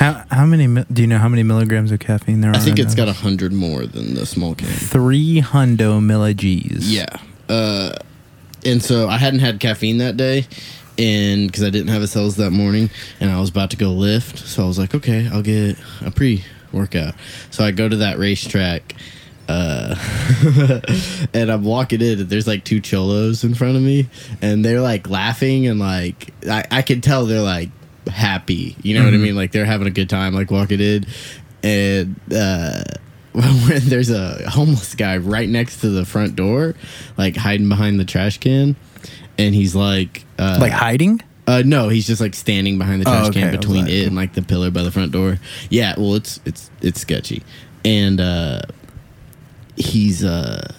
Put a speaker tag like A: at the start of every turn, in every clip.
A: many? mi- Do you know how many milligrams of caffeine there are?
B: I think
A: in
B: it's got
A: those?
B: a hundred more than the small can.
A: three hundo milligees.
B: Yeah. Uh, and so I hadn't had caffeine that day, and because I didn't have a cells that morning, and I was about to go lift, so I was like, okay, I'll get a pre workout. So I go to that racetrack. Uh, and I'm walking in, and there's like two cholos in front of me, and they're like laughing, and like I, I could tell they're like happy, you know what I mean? Like they're having a good time, like walking in, and uh, when there's a homeless guy right next to the front door, like hiding behind the trash can, and he's like, uh,
A: Like hiding?
B: uh, no, he's just like standing behind the
A: Oh,
B: trash
A: okay. I
B: can
A: was
B: between
A: like-
B: it and like the pillar by the front door. Yeah, well, it's it's it's sketchy, and uh, he's uh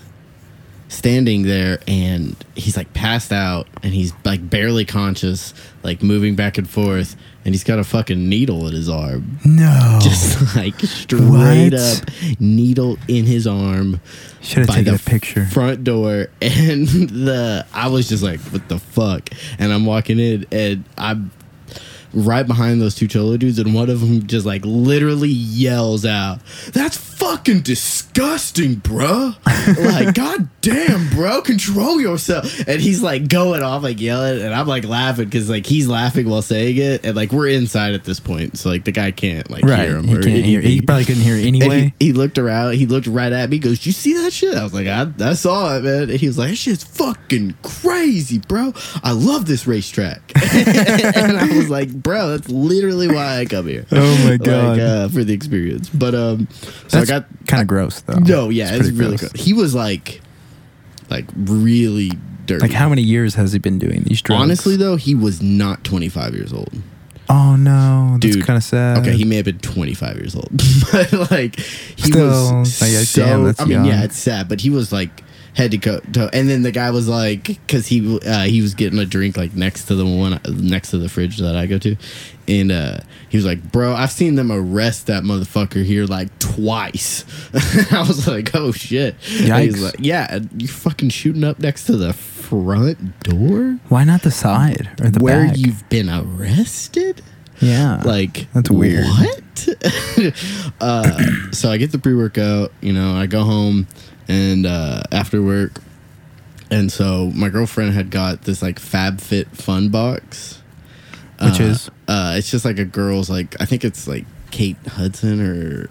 B: standing there and he's like passed out and he's like barely conscious, like moving back and forth, and he's got a fucking needle in his arm
A: No.
B: just like straight
A: Oh. What?
B: up needle in his arm
A: Should have
B: by
A: taken
B: the
A: a picture.
B: front door and the i was just like what the fuck and i'm walking in and i'm right behind those two cholo dudes and one of them just like literally yells out that's fucking disgusting bruh like god damn bro control yourself and he's like going off like yelling and i'm like laughing because like he's laughing while saying it and like we're inside at this point so like the guy can't like
A: right.
B: hear him
A: You
B: or
A: can't hear. He
B: anything.
A: probably couldn't hear
B: And
A: anyway.
B: He, he looked around. He looked right at me. Goes, "You see that shit?" I was like, "I, I saw it, man." And he was like, "That shit's fucking crazy, bro. I love this racetrack." and I was like, "Bro, that's literally why I come here."
A: Oh my God.
B: Like, uh, for the experience. But um, so
A: That's
B: I got
A: kind of gross, though.
B: no, yeah, it's,
A: pretty
B: really good. He was like, like really dirty.
A: Like, how many years has he been doing these drugs?
B: Honestly, though, he was not 25 years old.
A: oh no, that's
B: Dude.
A: kind of sad.
B: Okay, he may have been 25 years old, but like he
A: Still,
B: was
A: I guess,
B: so.
A: damn, that's
B: I mean,
A: young.
B: yeah, it's sad, but he was like head to co- toe, and then the guy was like, because he uh, he was getting a drink like next to the one next to the fridge that I go to, and uh, he was like, "Bro, I've seen them arrest that motherfucker here like twice." I was like, "Oh shit!" And he's
A: Yikes.
B: like, "Yeah, you fucking shooting up next to the front door
A: why not the side or the
B: where
A: back?
B: you've been arrested."
A: yeah,
B: like
A: Ah, That's weird.
B: What? uh, so I get the pre workout. You know, I go home and uh, after work, and so my girlfriend had got this like FabFit Fun box,
A: which
B: Uh,
A: is
B: uh, it's just like a girl's like I think it's like Kate Hudson or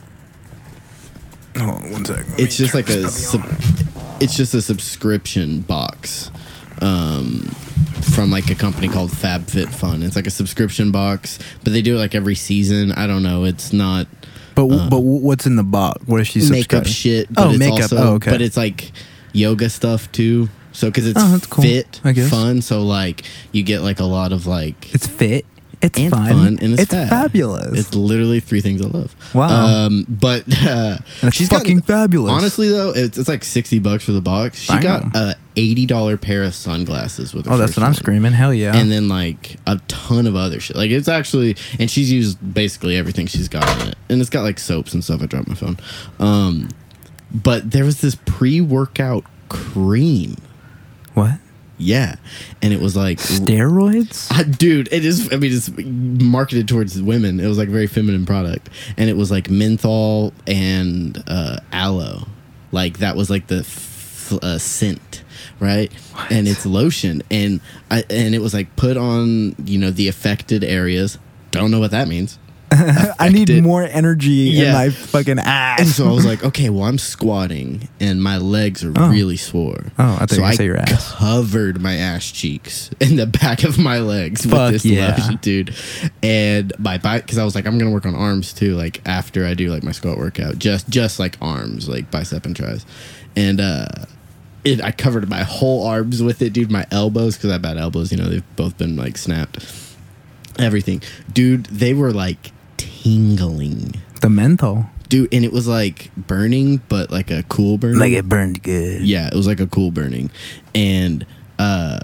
A: hold on one second.
B: it's just like a sub- it's just a subscription box um from like a company called FabFitFun. It's like a subscription box, but they do it like every season. I don't know. It's not
A: But w but w- what's in the box? What is she
B: Uh, makeup
A: subscribing?
B: shit. But
A: Oh,
B: it's
A: makeup.
B: Also,
A: oh, okay.
B: But it's like yoga stuff too. So because it's
A: Oh, that's cool,
B: fit,
A: I guess.
B: fun. So like you get like a lot of like
A: it's fit. It's
B: and
A: fun.
B: fun, and it's, fab.
A: fabulous.
B: It's literally three things I love.
A: Wow.
B: Um, but uh,
A: And it's fucking fabulous.
B: Honestly though, it's, it's like sixty bucks for the box. She
A: I know.
B: got a eighty dollar pair of sunglasses with. Her
A: oh, that's
B: first
A: what I'm
B: one.
A: screaming. Hell yeah.
B: And then like a ton of other shit. Like it's actually, and she's used basically everything she's got in it, and it's got like soaps and stuff. I dropped my phone. Um, but there was this pre-workout cream.
A: what?
B: Yeah, and it was like
A: Steroids?
B: I- dude, it is. I mean, it's marketed towards women. It was like a very feminine product, and it was like menthol and uh, aloe, like that was like the f- uh, scent, right? And it's lotion, and I and it was like put on you know the affected areas. Don't know what that means.
A: I need
B: affected-
A: more energy in
B: Yeah.
A: my fucking ass.
B: And so I was like, okay, well, I'm squatting and my legs are
A: Oh.
B: really sore.
A: Oh, I thought
B: so
A: you were gonna say your ass.
B: covered my ass cheeks and the back of my legs
A: Fuck
B: with this
A: yeah.
B: lotion, dude. And my bike, because I was like, I'm gonna work on arms too, like after I do like my squat workout, just just like arms, like bicep and tries, and uh. It, I covered my whole arms with it, dude. My elbows, because I have bad elbows, you know, they've both been like snapped. Everything. Dude, they were like tingling
A: the menthol.
B: dude and it was like burning but like a cool burning
A: burned good.
B: yeah it was like a cool burning and uh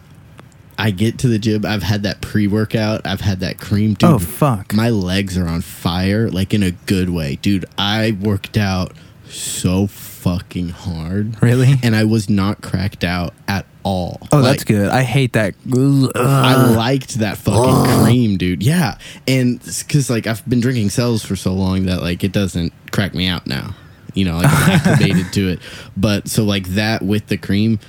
B: i get to the gym i've had that pre-workout i've had that cream dude
A: Oh, fuck.
B: my legs are on fire like in a good way dude i worked out so fucking hard
A: Really?
B: and i was not cracked out at all.
A: Oh,
B: Like,
A: that's good. I hate that.
B: I
A: Uh.
B: liked that fucking cream, dude. Yeah, and because like I've been drinking cells for so long that like it doesn't crack me out now. You know, like I'm activated to it. But so like that with the cream,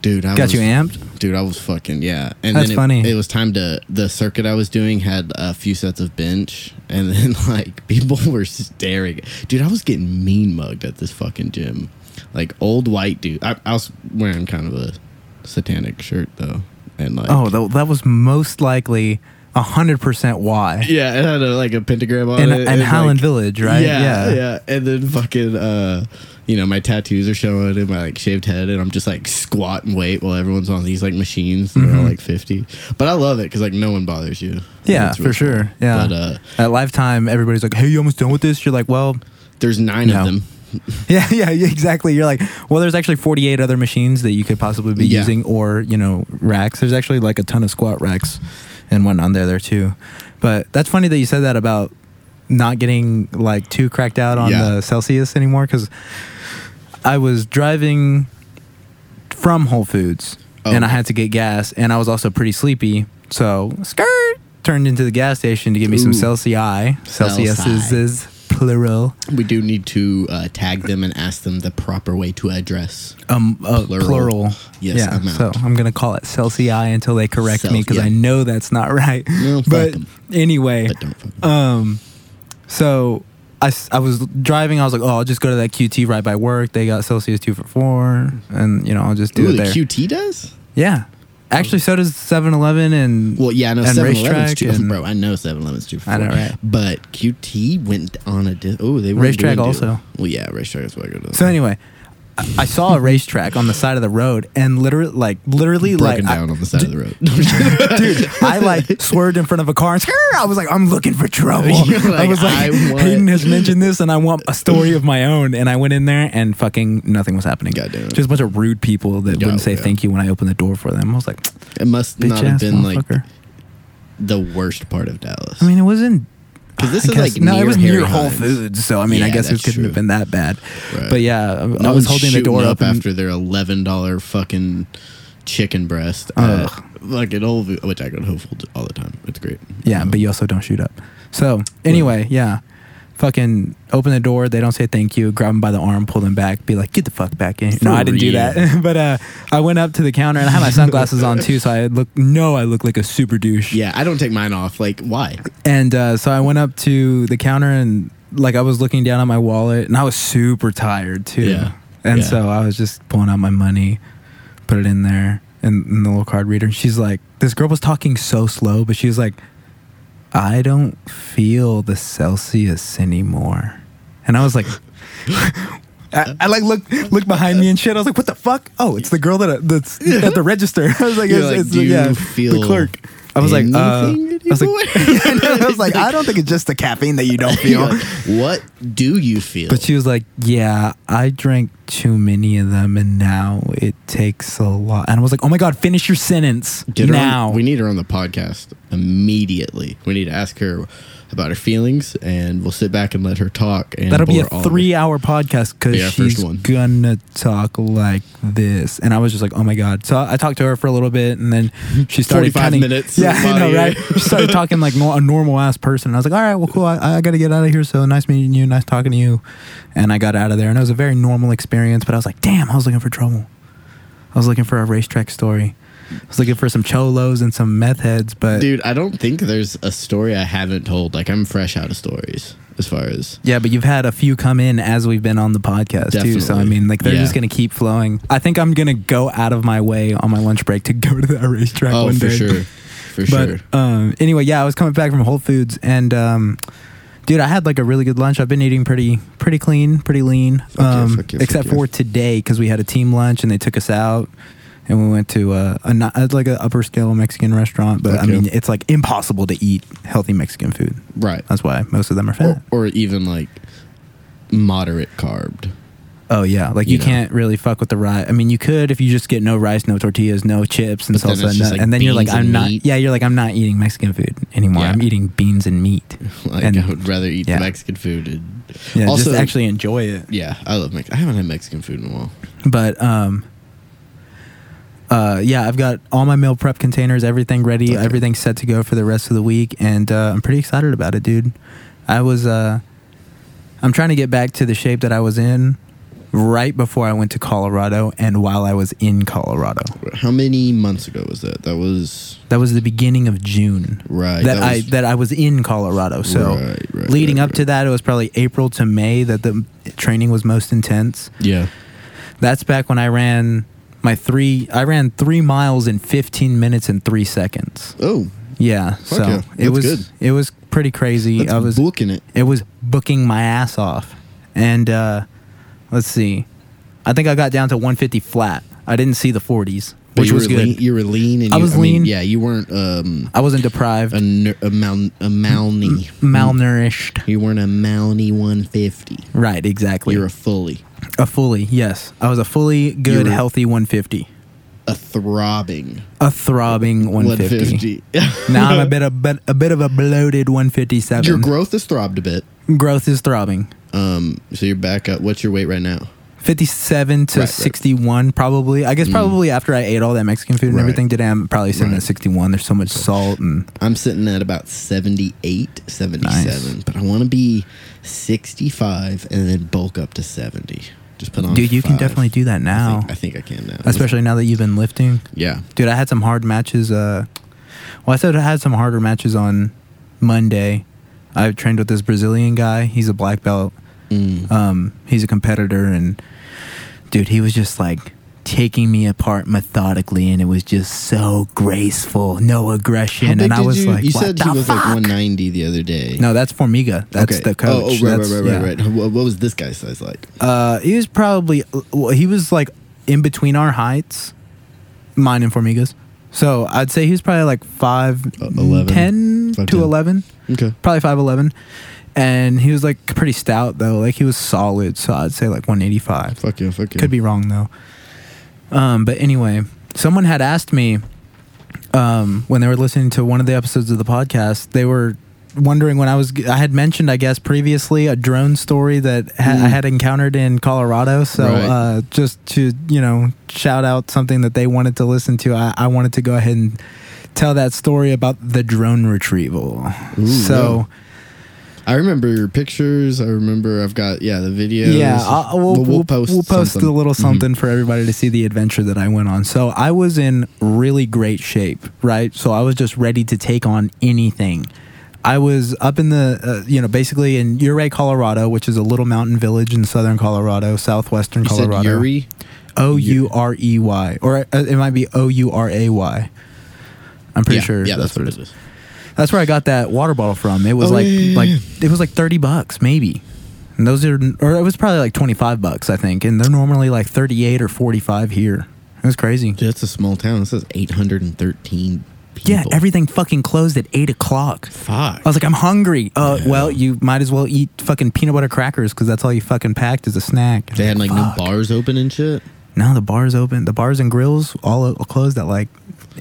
B: dude. I
A: Got
B: was,
A: you amped?
B: dude. I was fucking yeah. And
A: That's
B: then it,
A: funny.
B: It was time to the circuit I was doing had a few sets of bench, and then like people were staring. Dude, I was getting mean mugged at this fucking gym. Like old white dude. I, I was wearing kind of a satanic shirt though, and like
A: Oh, that, that was most likely hundred percent why.
B: Yeah, it had a, like a pentagram on
A: And,
B: it.
A: and
B: like-
A: Highland Village, right?
B: Yeah, yeah, And then fucking, uh, you know, my tattoos are showing and my like shaved head, and I'm just like squat and wait while everyone's on these like machines. They're all like 50. But I love it because like no one bothers you.
A: Mm-hmm. Yeah,
B: It's
A: for
B: really
A: sure.
B: cool.
A: Yeah.
B: But uh,
A: At lifetime, everybody's like, "Hey, you almost done with this?" You're like, "Well,
B: there's nine
A: No.
B: of them.
A: yeah, yeah, yeah, exactly." You're like, "Well, there's actually 48 other machines that you could possibly be
B: Yeah.
A: using, or you know, racks. There's actually like a ton of squat racks and whatnot there there too." But that's funny that you said that about not getting like too cracked out on
B: Yeah.
A: the Celsius anymore because I was driving from Whole Foods
B: Oh.
A: and I had to get gas and I was also pretty sleepy. So skirt turned into the gas station to get me some
B: Ooh.
A: Celsius. Celsius is plural.
B: We do need to uh, tag them and ask them the proper way to address.
A: Um, uh, plural.
B: Plural. Yes,
A: yeah.
B: I'm out.
A: So I'm gonna call it Celsius until they correct me
B: Cel-
A: because
B: yeah.
A: I know that's not right.
B: No, fuck
A: but
B: 'em.
A: anyway,
B: But don't fuck with
A: Um, so I, s- I was driving. I was like, oh, I'll just go to that QT right by work. They got Celsius two for four, and you know I'll just do
B: Ooh,
A: it
B: the
A: there.
B: QT does?
A: yeah, actually, so does 7-Eleven and
B: Well, yeah, I know
A: and
B: 7 Eleven's
A: racetrack
B: too.
A: and
B: bro, I know 7 Eleven's too.
A: I know, right?
B: But QT went on a. Di- oh, they were
A: Racetrack also.
B: Well, yeah, racetrack is what I go to.
A: So anyway, I, I saw a racetrack on the side of the road, and literally, like literally,
B: broken
A: like I-
B: down on the side of the road.
A: dude, I like swerved in front of a car and "Skrr!" I was like, I'm looking for trouble.
B: You're
A: I
B: like,
A: was
B: "I
A: like,
B: want-"
A: Hayden has mentioned this, and I want a story of my own. And I went in there, and fucking nothing was happening.
B: God damn it.
A: Just a bunch of rude people that
B: Yeah,
A: wouldn't say
B: yeah.
A: thank you when I opened the door for them. I was like,
B: it must
A: bitch
B: not have
A: ass
B: been like
A: motherfucker.
B: the worst part of Dallas.
A: I mean, it wasn't.
B: 'Cause this
A: I
B: is,
A: guess-
B: like,
A: no, it
B: near
A: was
B: Harry
A: near Whole
B: Hines.
A: Foods, so I mean, I
B: Yeah,
A: guess it
B: that's
A: couldn't have
B: true.
A: been that bad.
B: Right.
A: But yeah, I- I
B: No
A: was
B: one's
A: holding the
B: shooting
A: door
B: up
A: open.
B: after their eleven dollar fucking chicken breast.
A: Ugh.
B: like an old, which I go to Whole Foods all the time. It's great.
A: Yeah, but you also don't shoot up. So anyway, yeah. Fucking open the door. They don't say thank you. Grab them by the arm, pull them back. Be like, get the fuck back in. no, I didn't do
B: real.
A: that. but uh, I went up to the counter and I had my sunglasses on too, so I look. No, I look like a super douche.
B: Yeah, I don't take mine off. Like, why?
A: And uh, so I went up to the counter and like I was looking down at my wallet and I was super tired too.
B: Yeah.
A: And
B: Yeah.
A: so I was just pulling out my money, put it in there in, in the little card reader. And she's like, this girl was talking so slow, but she was like, I don't feel the Celsius anymore. And I was like, I, I like looked looked behind me and shit. I was like, "What the fuck? Oh, it's the girl that that's at the register." I was like,
B: You're
A: it's,
B: like,
A: it's-
B: "Do you
A: yeah,
B: feel
A: the clerk." I was like, uh, I
B: anything
A: was like,
B: anymore?
A: I know. I was like, I don't think it's just the caffeine that you don't feel.
B: Like, what do you feel?
A: But she was like, Yeah, I drank too many of them and now it takes a lot. And I was like, Oh my God, finish your sentence
B: Get her on-
A: now.
B: we need her on the podcast immediately. We need to ask her about her feelings, and we'll sit back and let her talk. And
A: That'll be a
B: bore all of
A: three hour podcast because
B: Be our first
A: she's
B: one.
A: gonna talk like this. And I was just like, Oh my God. So I talked to her for a little bit and then she started
B: 45
A: kinda-
B: minutes
A: Yeah,
B: of
A: I know,
B: audio.
A: right? she started talking like nor- a normal ass person. And I was like, All right, well, cool. I, I got to get out of here. So nice meeting you. Nice talking to you. And I got out of there. And it was a very normal experience. But I was like, Damn, I was looking for trouble. I was looking for a racetrack story. I was looking for some cholos and some meth heads, but
B: Dude, I don't think there's a story I haven't told. Like I'm fresh out of stories as far as
A: yeah, but you've had a few come in as we've been on the podcast too. So I
B: Definitely.
A: mean, like they're
B: Yeah.
A: just gonna keep flowing. I think I'm gonna go out of my way on my lunch break to go to that racetrack
B: Oh,
A: one
B: for
A: day.
B: sure. For
A: but
B: sure.
A: um, anyway, yeah, I was coming back from Whole Foods and um, dude, I had like a really good lunch. I've been eating pretty pretty clean, pretty lean,
B: yeah,
A: um,
B: fuck yeah, fuck
A: except
B: yeah.
A: for today because we had a team lunch and they took us out. And we went to uh, a not- it's like an upper scale Mexican restaurant, but I
B: Okay.
A: mean it's like impossible to eat healthy Mexican food.
B: Right.
A: That's why most of them are fat.
B: Or, or even like moderate carbed.
A: Oh yeah, like you,
B: You know.
A: can't really fuck with the rice. I mean, you could if you just get no rice, no tortillas, no chips, and
B: But then
A: salsa,
B: it's
A: and,
B: just,
A: that-
B: like,
A: and then you're like,
B: beans and
A: I'm not.
B: meat.
A: Yeah, you're like, I'm not eating Mexican food anymore.
B: Yeah.
A: I'm eating beans and meat,
B: Like
A: and
B: I would rather eat
A: yeah.
B: the Mexican food. And
A: yeah,
B: also,
A: just actually enjoy it.
B: yeah, I love Mexican. I haven't had Mexican food in a while.
A: But um, uh, yeah, I've got all my meal prep containers, everything ready,
B: Okay.
A: everything set to go for the rest of the week, and uh, I'm pretty excited about it, dude. I was, uh, I'm trying to get back to the shape that I was in right before I went to Colorado and while I was in Colorado.
B: How many months ago was that? That was
A: That was the beginning of June
B: right.
A: that, I
B: was-
A: that I was in Colorado. So
B: Right, right,
A: leading
B: right,
A: up to
B: right.
A: that, it was probably April to May that the training was most intense.
B: yeah.
A: That's back when I ran my three. I ran three miles in 15 minutes and three seconds.
B: Oh,
A: Yeah, so
B: yeah.
A: it
B: That's
A: was
B: good.
A: it was pretty crazy.
B: that's
A: I was
B: booking it.
A: it was booking my ass off, and uh, let's see, I think I got down to 150 flat. I didn't see the 40s,
B: But
A: which
B: you
A: was
B: were
A: good.
B: Lean, you were lean, and
A: I
B: you,
A: was
B: mean,
A: lean.
B: yeah, you weren't um
A: I wasn't deprived,
B: a, ner- a, mal- a malny.
A: malnourished.
B: You weren't a malny 150.
A: Right, exactly.
B: You're a fully,
A: a fully yes. I was a fully good,
B: You're-
A: healthy 150,
B: a throbbing
A: a throbbing 150.
B: 150.
A: now I'm a bit a bit a bit of a bloated 157.
B: Your growth has throbbed a bit.
A: Growth is throbbing.
B: Um, so you're back up. What's your weight right now?
A: 57 to
B: Right, right.
A: 61 probably i guess probably after i ate all that mexican food and
B: Right.
A: everything today i'm probably sitting
B: Right.
A: at 61 there's so much salt and
B: I'm sitting at about 78, 77, but I want to be 65 and then bulk up to 70. Just put on.
A: dude you can
B: five.
A: definitely do that now
B: I think, I think I can now.
A: especially now that you've been lifting
B: Yeah.
A: dude i had some hard matches uh well i said i had some harder matches on monday i trained with this brazilian guy he's a black belt
B: Mm.
A: um he's a competitor and dude he was just like taking me apart methodically and it was just so graceful no aggression
B: How big
A: and i
B: did
A: was
B: you,
A: like
B: you
A: what
B: said
A: the
B: he was like
A: fuck?
B: 190 the other day.
A: No, that's Formiga. That's
B: Okay.
A: the coach.
B: Oh, oh, right,
A: that's,
B: right, right,
A: yeah.
B: right, right. What, what was this guy's size like?
A: Uh, he was probably well, he was like in between our heights, mine and Formiga's. So I'd say he was probably like five,
B: Uh, 11.
A: 10
B: Five,
A: to
B: 10.
A: eleven,
B: Okay.
A: probably five eleven, and he was like pretty stout though. Like he was solid. So I'd say like one eighty five.
B: Fuck yeah, fuck yeah.
A: Could be wrong though. Um, but anyway, someone had asked me um, when they were listening to one of the episodes of the podcast. They were wondering when I was. I had mentioned, I guess, previously a drone story that ha- I
B: Mm.
A: had encountered in Colorado. So
B: Right.
A: uh, just to you know shout out something that they wanted to listen to, I, I wanted to go ahead and tell that story about the drone retrieval.
B: Ooh,
A: so.
B: yeah. I remember your pictures. I remember I've got yeah the videos.
A: Yeah, I'll, we'll, we'll, we'll post,
B: something.
A: a little
B: Mhm.
A: something for everybody to see the adventure that I went on. So I was in really great shape, right? So I was just ready to take on anything. I was up in the, uh, you know, basically in Ouray, Colorado, which is a little mountain village in southern Colorado, southwestern
B: You said
A: Colorado.
B: Yuri.
A: O U R E Y, or uh, it might be O U R A Y. I'm pretty
B: yeah,
A: sure
B: Yeah, that's, what
A: it is.
B: it is.
A: That's where I got that water bottle from. It was
B: Oh,
A: like
B: yeah, yeah,
A: like
B: yeah.
A: it was like thirty bucks maybe, and those are or it was probably like twenty five bucks I think, and they're normally like thirty eight or forty five here. It was crazy.
B: Dude, that's a small town. This is 813 people.
A: Yeah, everything fucking closed at eight o'clock.
B: fuck.
A: I was like, I'm hungry. Uh,
B: Yeah.
A: well, you might as well eat fucking peanut butter crackers because that's all you fucking packed as a snack.
B: they had like
A: Fuck.
B: no bars open and shit.
A: No, the bars open. The bars and grills all o- closed at like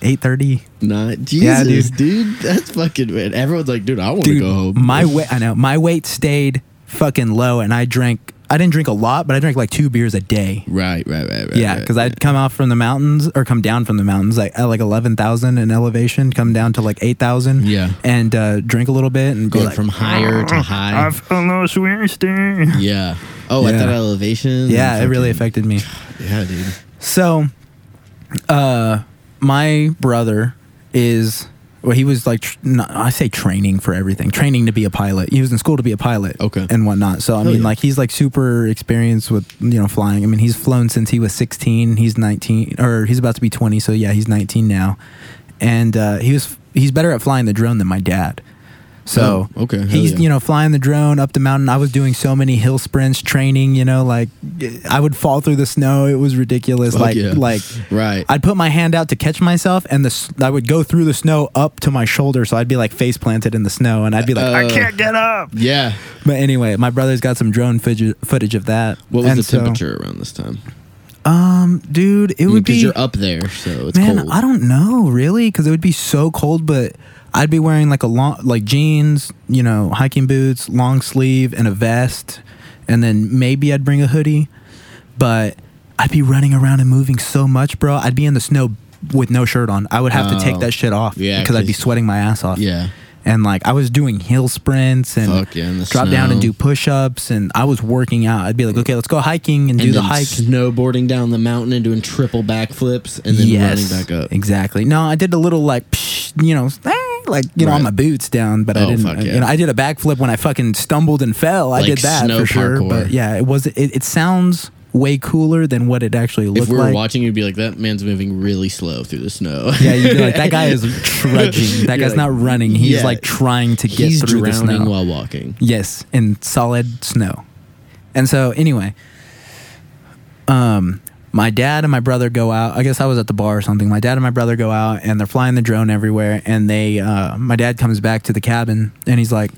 A: eight thirty.
B: Not
A: Yeah,
B: Jesus, dude. That's fucking weird. Everyone's like, dude, I want to
A: dude,
B: go home.
A: my weight. I know my weight stayed fucking low, and I drank. I didn't drink a lot, but I drank like two beers a day.
B: right, right, right, right.
A: Yeah, because I'd come out from the mountains or come down from the mountains like at like eleven thousand in elevation, come down to like eight thousand.
B: Yeah.
A: and uh, drink a little bit and be
B: going
A: like,
B: from higher
A: Oh,
B: to high.
A: almost thirsty.
B: yeah. Oh, at
A: Yeah.
B: that elevation.
A: Yeah, it really
B: fucking-
A: affected me.
B: Yeah, dude.
A: So, uh, my brother is well, he was like tr- not, I say training for everything, training to be a pilot. He was in school to be a pilot,
B: Okay.
A: and whatnot. So I
B: Hell
A: mean,
B: yeah.
A: like he's like super experienced with you know flying. I mean, he's flown since he was sixteen. He's nineteen, or he's about to be twenty. So yeah, he's nineteen now, and uh, he was he's better at flying the drone than my dad. So
B: Oh, okay. Hell
A: he's
B: yeah.
A: you know flying the drone up the mountain. I was doing so many hill sprints training. You know, like I would fall through the snow. It was ridiculous.
B: Fuck
A: like
B: yeah.
A: like
B: Right.
A: I'd put my hand out to catch myself, and the s- I would go through the snow up to my shoulder. So I'd be like face planted in the snow, and I'd be like, I
B: Uh,
A: can't get up.
B: yeah.
A: But anyway, my brother's got some drone fidge- footage of that.
B: What was
A: And
B: the
A: so-
B: temperature around this time?
A: um, dude, it would
B: Because
A: be
B: you're up there, so it's
A: man.
B: cold.
A: I don't know really, because it would be so cold, but. I'd be wearing like a long, like jeans, you know, hiking boots, long sleeve, and a vest, and then maybe I'd bring a hoodie. But I'd be running around and moving so much, bro. I'd be in the snow with no shirt on. I would have to
B: Oh.
A: take that shit off
B: Yeah,
A: because I'd be
B: 'cause-
A: sweating my ass off.
B: Yeah.
A: And like I was doing hill sprints and
B: Fuck yeah, in the
A: drop down and
B: snow.
A: do
B: Mm.
A: push ups and I was working out. I'd be like, okay, let's go hiking and,
B: And
A: do the
B: then
A: hike.
B: Snowboarding down the mountain and doing triple backflips and then running back up.
A: Exactly. No, I did a little like, psh, you know, eh, like you know, on
B: Right.
A: my boots down, but I
B: Oh,
A: didn't. uh,
B: fuck yeah.
A: You know, I did a backflip when I fucking stumbled and fell. I
B: Like
A: did that
B: snow
A: for sure.
B: parkour.
A: But yeah, it was. It, it sounds way cooler than what it actually
B: If
A: looked
B: we were
A: like.
B: watching, you'd be like, that man's moving really slow through the snow.
A: yeah, you'd be like, that guy is trudging. That
B: You're
A: guy's
B: like,
A: not running. He's
B: yeah,
A: like trying to get
B: He's
A: through the
B: drowning
A: snow.
B: while walking.
A: Yes, in solid snow. And so anyway, um my dad and my brother go out. I guess I was at the bar or something. My dad and my brother go out and they're flying the drone everywhere and they uh my dad comes back to the cabin and he's like,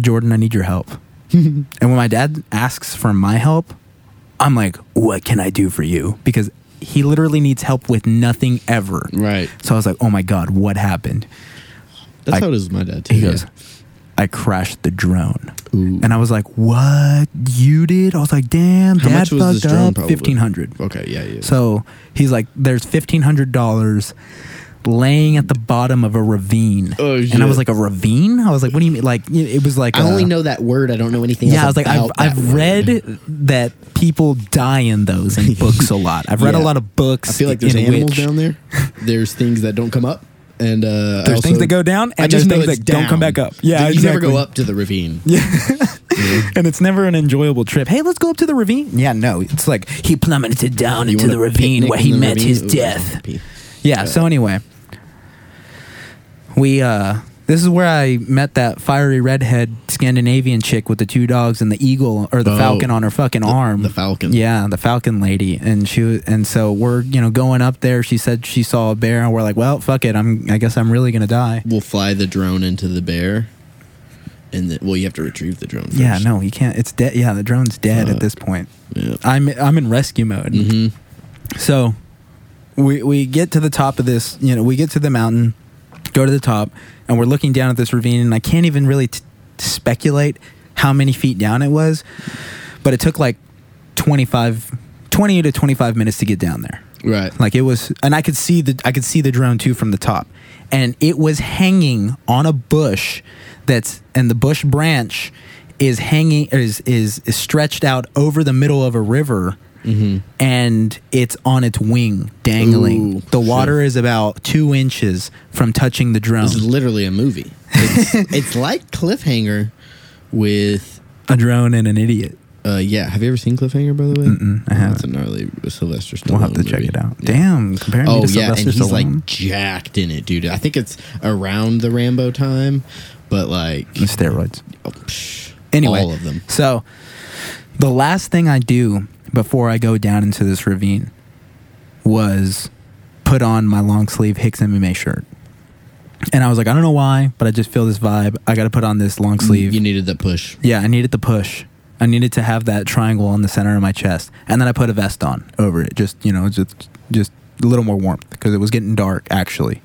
A: "Jordan, I need your help." and when my dad asks for my help, I'm like, "What can I do for you?" because he literally needs help with nothing ever.
B: Right.
A: So I was like, "Oh my god, what happened?"
B: That's
A: I-
B: how it is with my dad, too.
A: He
B: yeah.
A: goes, I crashed the drone.
B: Ooh.
A: And I was like, What? You did? I was like, Damn,
B: How
A: dad
B: much was this
A: fucked
B: drone
A: up.
B: probably?
A: 1500
B: Okay, yeah, yeah.
A: So he's like, There's $1,500 laying at the bottom of a ravine.
B: Oh, shit.
A: And I was like, A ravine? I was like, What do you mean? Like, it was like,
B: I only
A: a-
B: know that word. I don't know anything
A: Yeah, I was
B: else.
A: like, I've,
B: about that
A: I've
B: word.
A: read that people die in those in books a lot. I've read
B: Yeah.
A: a lot of books.
B: I feel like there's
A: in
B: animals
A: which
B: down there. There's things that don't come up, and uh, I
A: There's things
B: also-
A: that go down,
B: I
A: and
B: just
A: there's
B: know
A: things
B: it's
A: that don't
B: down.
A: come back up. Yeah,
B: you never go
A: exactly.
B: up to the ravine.
A: and it's never an enjoyable trip. Hey, let's go up to the ravine. Yeah, no, it's like he plummeted down
B: You
A: into
B: wanna
A: the ravine
B: picnic
A: where
B: in
A: he
B: the
A: met
B: ravine?
A: his
B: Ooh,
A: death.
B: pee.
A: Yeah. So anyway, we uh, this is where I met that fiery redhead Scandinavian chick with the two dogs and the eagle or the
B: Oh,
A: falcon on her fucking arm.
B: the falcon.
A: Yeah, the falcon lady, and she was, and so we're you know going up there. She said she saw a bear, and we're like, well, fuck it. I'm I guess I'm really gonna die.
B: We'll fly the drone into the bear, and the, well, you have to retrieve the drone. First. Uh.
A: Yeah, no, you can't. It's dead. Yeah, the drone's dead at this point.
B: Yeah.
A: I'm I'm in rescue mode.
B: Mhm.
A: So we we get to the top of this, you know, we get to the mountain, go to the top, and we're looking down at this ravine and I can't even really t- speculate how many feet down it was, but it took like 25 20 to 25 minutes to get down there.
B: Right.
A: Like it was and I could see the I could see the drone too from the top. And it was hanging on a bush that's and the bush branch is hanging is is, is stretched out over the middle of a river
B: Mm-hmm.
A: and it's on its wing dangling.
B: Ooh,
A: the water is about two inches from touching the drone.
B: This is literally a movie. It's, it's like Cliffhanger with.
A: A drone and an idiot.
B: Uh, yeah, have you ever seen Cliffhanger? By the way, Mm-mm, I have. It's a gnarly Sylvester Stallone.
A: We'll have to check
B: movie.
A: it out. Damn, comparing me
B: Oh
A: to
B: yeah, and
A: Sylvester
B: he's
A: Stallone.
B: like jacked in it, dude. I think it's around the Rambo time, but like
A: And steroids.
B: oh, psh,
A: Anyway,
B: all of them.
A: So, the last thing I do before I go down into this ravine was put on my long sleeve Hicks MMA shirt. And I was like, I don't know why, but I just feel this vibe. I got to put on this long
B: Mm,
A: sleeve.
B: You needed the push.
A: Yeah, I needed the push. I needed to have that triangle in the center of my chest, and then I put a vest on over it, just you know, just just a little more warmth because it was getting dark actually.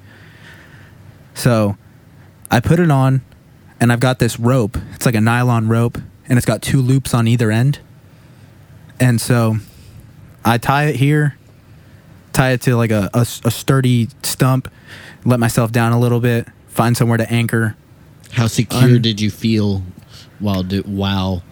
A: So, I put it on, and I've got this rope. It's like a nylon rope, and it's got two loops on either end. And so, I tie it here, tie it to like a, a s- a sturdy stump, let myself down a little bit, find somewhere to anchor,
B: How secure
A: Un-
B: did you feel while do, while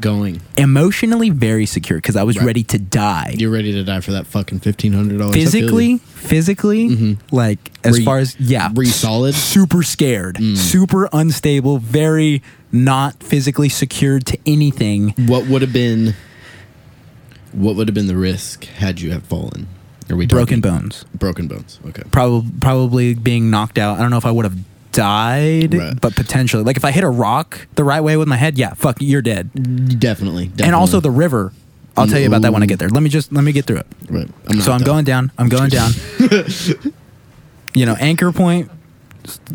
B: going?
A: emotionally very secure because I was
B: Right.
A: ready to die.
B: You're ready to die for that fucking fifteen hundred dollars.
A: physically, physically, like as
B: Were you-
A: far as yeah,
B: were you
A: s-
B: Mm-hmm. solid? Mm.
A: super scared, super unstable, very not physically secured to anything.
B: what would have been what would have been the risk had you have fallen? Are we
A: Broken
B: talking-
A: bones,
B: Broken bones. Okay.
A: probably probably being knocked out. I don't know if I would have died,
B: Right.
A: but potentially, like if I hit a rock the right way with my head, yeah, fuck, you're dead.
B: Definitely. definitely.
A: Mm. And also the river. I'll tell you about that when I get there. Let me just let me get through it.
B: Right. I'm not
A: so I'm
B: dumb.
A: going down. I'm going down. you know, anchor point,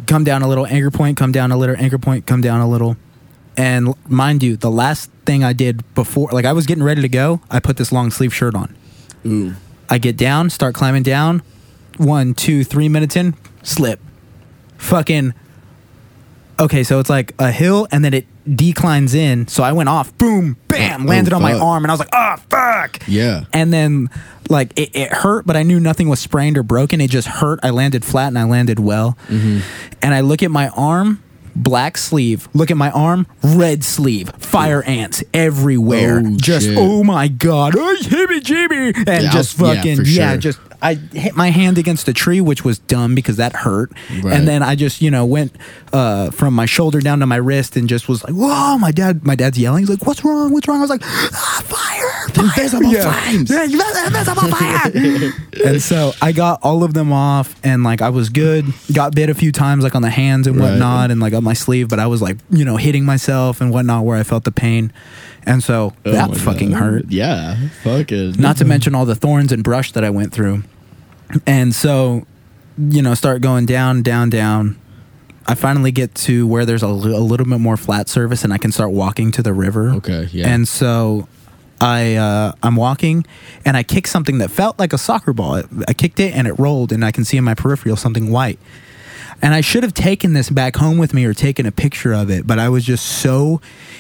A: come down a little. Anchor point, come down a little. Anchor point, come down a little. And l- mind you, the last thing I did before, like I was getting ready to go, I put this long sleeve shirt on.
B: Ooh.
A: I get down, start climbing down. One, two, three minutes in, slip. Fucking. Okay, so it's like a hill, and then it declines in. So I went off, boom, bam,
B: Oh,
A: landed
B: oh,
A: on my
B: fuck.
A: arm, and I was like, ah, fuck.
B: Yeah.
A: And then, like, it, it hurt, but I knew nothing was sprained or broken. It just hurt. I landed flat and I landed well.
B: Mm-hmm.
A: And I look at my arm, black sleeve. Look at my arm, red sleeve. Fire ants everywhere.
B: Oh,
A: just,
B: shit.
A: oh my God, oh, hibby jibby. And
B: Yeah,
A: just
B: I'll- yeah,
A: fucking,
B: for
A: yeah,
B: sure.
A: just, I hit my hand against a tree, which was dumb because that hurt.
B: Right.
A: And then I just, you know, went uh, from my shoulder down to my wrist and just was like, whoa, my dad, my dad's yelling. He's like, what's wrong? What's wrong? I was like, ah, fire, fire.
B: Invisible flames.
A: Yeah, invisible fire. and so I got all of them off and like I was good, got bit a few times like on the hands and
B: Right.
A: whatnot and like on my sleeve, but I was like, you know, hitting myself and whatnot where I felt the pain. And so
B: Oh
A: that
B: my
A: fucking
B: God.
A: hurt.
B: Yeah. Fucking.
A: Not to mention all the thorns and brush that I went through. And so, you know, start going down, down, down. I finally get to where there's a li- a little bit more flat surface and I can start walking to the river.
B: Okay, yeah.
A: And so I uh, I'm walking and I kick something that felt like a soccer ball. It- I kicked it and it rolled and I can see in my peripheral something white. And I should have taken this back home with me or taken a picture of it, but I was just so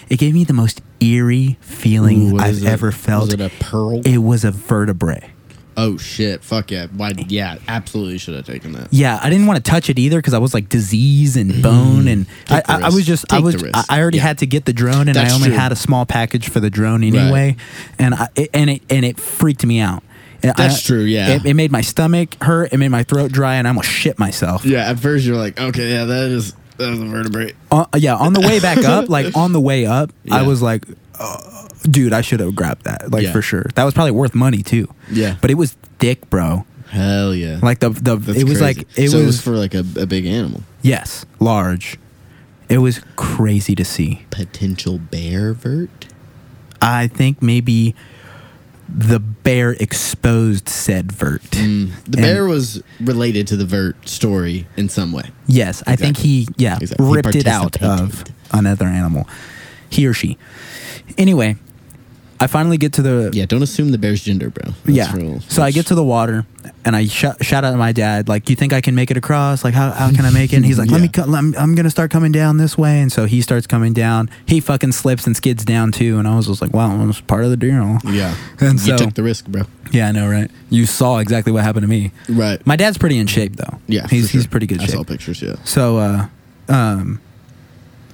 A: it gave me the most eerie feeling
B: Ooh, what
A: I've
B: is it?
A: ever felt.
B: Was it a pearl?
A: It was a vertebrae.
B: oh shit! Fuck yeah! Why? Yeah, absolutely should have taken that.
A: Yeah, I didn't want to touch it either because I was like disease and bone, and I,
B: Mm-hmm. Take the
A: I, I was
B: risk.
A: just I
B: Take
A: was
B: the risk.
A: I I already
B: Yeah.
A: had to get the drone, and
B: That's
A: I only
B: true.
A: had a small package for the drone anyway, and I it- and it and it freaked me out. And
B: That's
A: I-
B: true, yeah.
A: it, it made my stomach hurt. It made my throat dry, and I almost shit myself.
B: Yeah. At first you're like, okay, yeah, that is that was a vertebrae.
A: Uh, yeah, on the way back up, like on the way up, I
B: Yeah.
A: was like, uh, dude, I should have grabbed that, like
B: Yeah.
A: for sure. That was probably worth money too.
B: Yeah.
A: but it was thick, bro.
B: Hell yeah!
A: Like the the
B: That's
A: it was
B: crazy.
A: like it
B: so
A: was,
B: it was for like a, a big animal.
A: yes large. It was crazy to see.
B: Potential bear vert.
A: I think maybe the bear exposed said vert.
B: Mm. The
A: And-
B: bear was related to the vert story in some way.
A: Yes, I think
B: Exactly.
A: he yeah
B: Exactly. He
A: ripped it out of
B: participated.
A: another animal, he or she. Anyway, I finally get to the
B: Yeah, don't assume the bear's gender, bro. That's
A: yeah.
B: real.
A: So I get to the water and I sh- shout out to my dad, like, "Do you think I can make it across? Like, how, how can I make it?" And he's like, "Let me,
B: Yeah.
A: co- I'm, I'm gonna start coming down this way." And so he starts coming down. He fucking slips and skids down too. And I was just like, "Wow, I was part of the deal."
B: Yeah,
A: And so-
B: you took the risk, bro.
A: Yeah, I know, right? You saw exactly what happened to me.
B: Right.
A: My dad's pretty in shape though.
B: yeah, for
A: he's he's
B: sure.
A: pretty good
B: I
A: shape.
B: saw pictures. Yeah.
A: So, uh, um,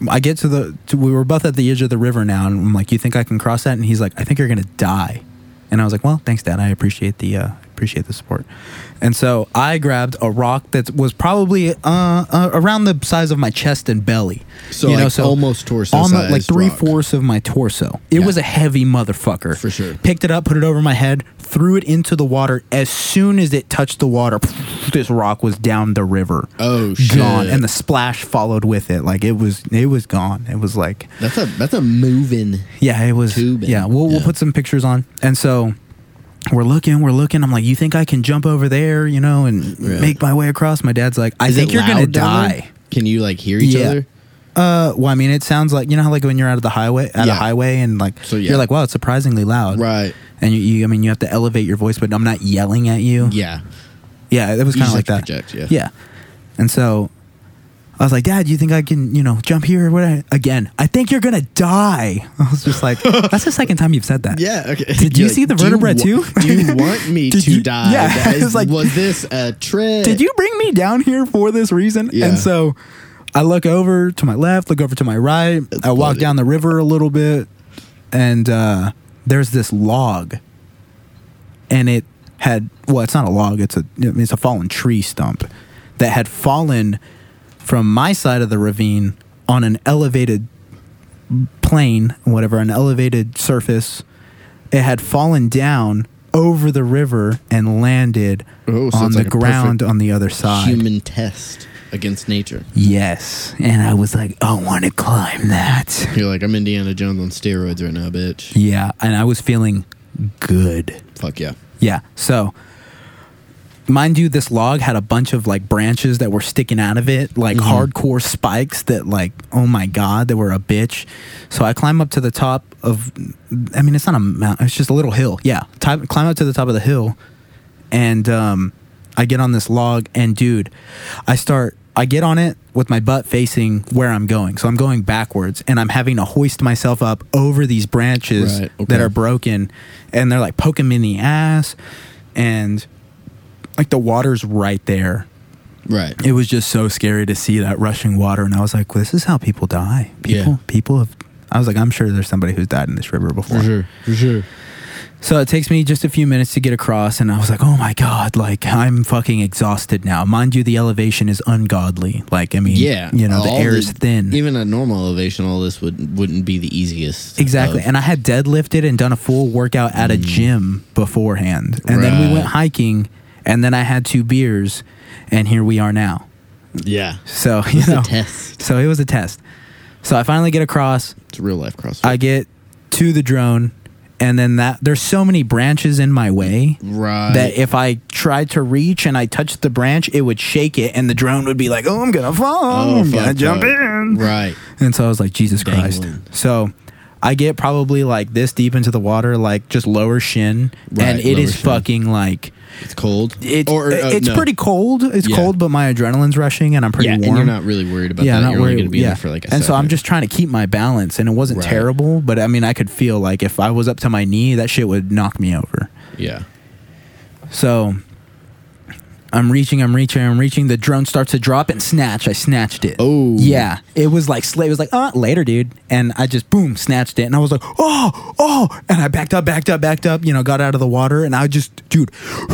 A: I get to the to, we were both at the edge of the river now, and I'm like, "You think I can cross that?" And he's like, "I think you're gonna die." And I was like, "Well, thanks, Dad. I appreciate the uh, appreciate the support." And so I grabbed a rock that was probably uh, uh, around the size of my chest and belly.
B: So, like, almost torso
A: almo- like
B: sized
A: three
B: rock.
A: fourths of my torso. It
B: Yeah.
A: was a heavy motherfucker.
B: For sure.
A: Picked it up, put it over my head, threw it into the water. As soon as it touched the water, this rock was down the river
B: Oh shit!
A: gone and the splash followed with it like it was it was gone it was like
B: that's a that's a moving.
A: yeah it was
B: Too bad.
A: yeah we'll, we'll
B: Yeah.
A: put some pictures on and so we're looking we're looking i'm like you think i can jump over there you know and
B: Right.
A: make my way across my dad's like i
B: Is
A: think
B: it
A: you're gonna
B: loud down there?
A: die
B: Can you like hear each
A: Yeah.
B: other?
A: uh well i mean it sounds like you know how like when you're out of the highway out
B: Yeah.
A: of highway and like
B: So, yeah.
A: you're like wow it's surprisingly loud
B: Right.
A: and you, you i mean you have to elevate your voice but i'm not yelling at you
B: Yeah.
A: Yeah, it was
B: You
A: kind of
B: just
A: like that.
B: have to project, yeah.
A: And so I was like, Dad, you think I can, you know, jump here or what? Again, I think you're going to die. I was just like, that's the second time you've said that.
B: Yeah. Okay.
A: Did you see the
B: "Do you
A: vertebra
B: wa-
A: too?"
B: Do you want me
A: Did
B: to
A: you-
B: die?
A: Yeah,
B: That
A: it's
B: is-
A: like-
B: was this a trick?
A: Did you bring me down here for this reason?
B: Yeah.
A: And so I look over to my left, look over to my right. I walk
B: bloody.
A: down the river a little bit, and uh, there's this log, and it had well, it's not a log, it's a it's a fallen tree stump that had fallen from my side of the ravine on an elevated plane, whatever, an elevated surface. It had fallen down over the river and landed
B: Oh, so
A: on
B: it's
A: the
B: like a
A: ground
B: perfect
A: on the other side.
B: Human test against nature.
A: Yes. And I was like, I want to climb that.
B: You're like I'm Indiana Jones on steroids right now, bitch.
A: Yeah. And I was feeling good.
B: Fuck yeah.
A: Yeah. So, mind you, this log had a bunch of like branches that were sticking out of it, like hardcore spikes that, like, oh my God, they were a bitch. So I climb up to the top of, I mean, it's not a mountain, it's just a little hill. Yeah. Ti- climb up to the top of the hill and um, I get on this log, and dude, I start. I get on it with my butt facing where I'm going. So I'm going backwards and I'm having to hoist myself up over these branches
B: Right,
A: that
B: okay.
A: are broken and they're like poking me in the ass and like the water's right there.
B: Right.
A: It was just so scary to see that rushing water and I was like, this is how people die.
B: Yeah.
A: People people have I was like, I'm sure there's somebody who's died in this river before.
B: For sure. For sure.
A: So it takes me just a few minutes to get across, and I was like, oh my God, like I'm fucking exhausted now. Mind you, the elevation is ungodly. Like, I mean,
B: Yeah.
A: you know, the
B: all
A: air is thin.
B: Even a normal elevation, all this would wouldn't be the easiest.
A: exactly.
B: of-
A: And I had deadlifted and done a full workout at a gym beforehand. And then we
B: Mm. Right.
A: went hiking, and then I had two beers, and here we are now.
B: yeah.
A: So, you
B: It's
A: know,
B: a test.
A: so it was a test. So I finally get across,
B: It's a real life crossfit.
A: I get to the drone, and then that there's so many branches in my way.
B: right.
A: that if I tried to reach and I touched the branch, it would shake it, and the drone would be like, "Oh, I'm gonna fall!
B: oh,
A: I'm
B: fuck,
A: gonna jump
B: fuck.
A: in!"
B: Right.
A: And so I was like, "Jesus Christ!"
B: Dangling.
A: So I get probably like this deep into the water, like just lower shin,
B: Right,
A: and it
B: lower
A: is
B: shin.
A: fucking like
B: It's cold.
A: it's
B: Or, uh,
A: it's
B: no.
A: pretty cold. It's
B: Yeah.
A: cold, but my adrenaline's rushing, and I'm pretty
B: Yeah,
A: warm.
B: and you're not really worried about
A: yeah,
B: that.
A: not
B: you're
A: worried.
B: only gonna be in
A: yeah,
B: there for like a
A: and so I'm
B: second.
A: just trying to keep my balance, and it wasn't
B: Right.
A: terrible, but I mean, I could feel like if I was up to my knee, that shit would knock me over.
B: yeah.
A: So I'm reaching, I'm reaching, I'm reaching. The drone starts to drop and snatch. I snatched it.
B: Oh.
A: yeah. It was like slay. It was like uh later, dude. And I just boom snatched it, and I was like oh oh, and I backed up, backed up, backed up. You know, got out of the water, and I just dude,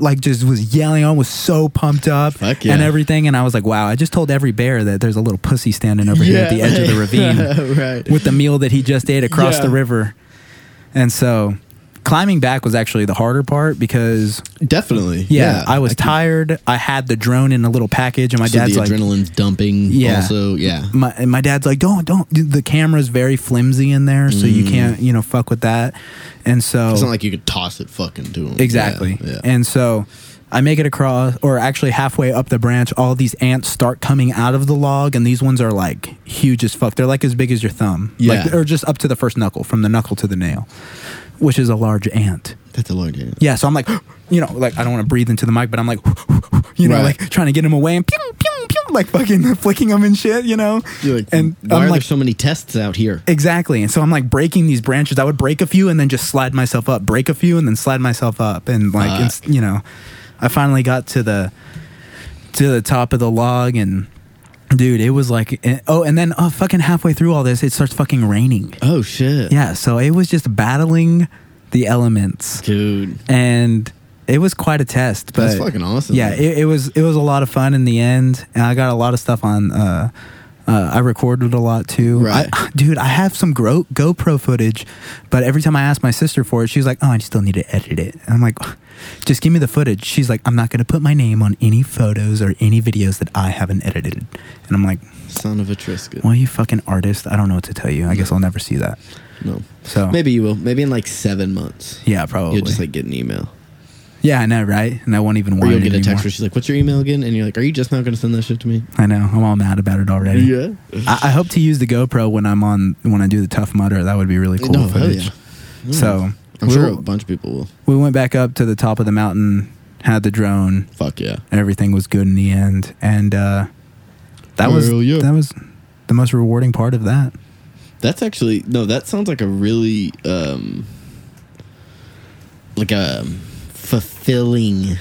A: like just was yelling on, was so pumped up
B: Fuck yeah.
A: and everything. And I was like, wow, I just told every bear that there's a little pussy standing over here at the edge of the ravine
B: right.
A: with the meal that he just ate across
B: Yeah.
A: the river. And so climbing back was actually the harder part because
B: Definitely.
A: yeah, I was
B: could-
A: tired. I had the drone in a little package and my
B: so
A: dad's
B: the
A: like
B: adrenaline's dumping.
A: Yeah.
B: Also, yeah.
A: my and my dad's like don't don't the camera's very flimsy in there so you can't, you know, fuck with that. And so
B: Mm. It's not like you could toss it fucking to him.
A: Oh. Exactly.
B: Yeah. yeah.
A: And so I make it across, or actually halfway up the branch, all these ants start coming out of the log, and these ones are like huge as fuck. They're like as big as your thumb, like,
B: Yeah.
A: or just up to the first knuckle, from the knuckle to the nail, which is a large ant.
B: That's a large ant.
A: Yeah. So I'm like, you know, like I don't want to breathe into the mic, but I'm like, you know,
B: Right.
A: like trying to get him away and pew, pew, pew, like fucking flicking him and shit, you know.
B: You're like,
A: and
B: why
A: I'm
B: are there
A: like,
B: so many tests out here?
A: Exactly. And so I'm like breaking these branches. I would break a few and then just slide myself up, break a few and then slide myself up. And like,
B: Fuck.
A: it's, you know, I finally got to the, to the top of the log and dude, it was like, eh, oh, and then oh, fucking halfway through all this, it starts fucking raining.
B: Oh shit.
A: Yeah. So it was just battling the elements
B: Dude.
A: and it was quite a test, but
B: That's fucking awesome.
A: yeah, it, it was, it was a lot of fun in the end. And I got a lot of stuff on, uh, uh, I recorded a lot too.
B: Right.
A: I, dude, I have some Gro- GoPro footage, but every time I ask my sister for it, she's like, oh, I still need to edit it. And I'm like, just give me the footage. She's like, I'm not going to put my name on any photos or any videos that I haven't edited. And I'm like,
B: Son of a Trisket.
A: well, you fucking artist. I don't know what to tell you. I guess I'll never see that.
B: No.
A: So,
B: Maybe you will. Maybe in like seven months.
A: yeah, Oh. probably.
B: You'll just like get an email.
A: yeah, I know, right? And I won't even
B: Or
A: want it
B: you'll get a text
A: anymore.
B: where she's like, What's your email again? And you're like, Are you just not gonna send that shit to me?
A: I know. I'm all mad about it already.
B: Yeah.
A: I, I hope to use the GoPro when I'm on when I do the Tough Mudder. That would be really cool
B: No, hell
A: footage.
B: yeah. No.
A: So
B: I'm
A: we-
B: sure a bunch of people will.
A: we went back up to the top of the mountain, had the drone,
B: Fuck yeah.
A: and everything was good in the end. And uh, that was
B: Hell yeah.
A: that was the most rewarding part of that.
B: That's actually no. That sounds like a really um, like a fulfilling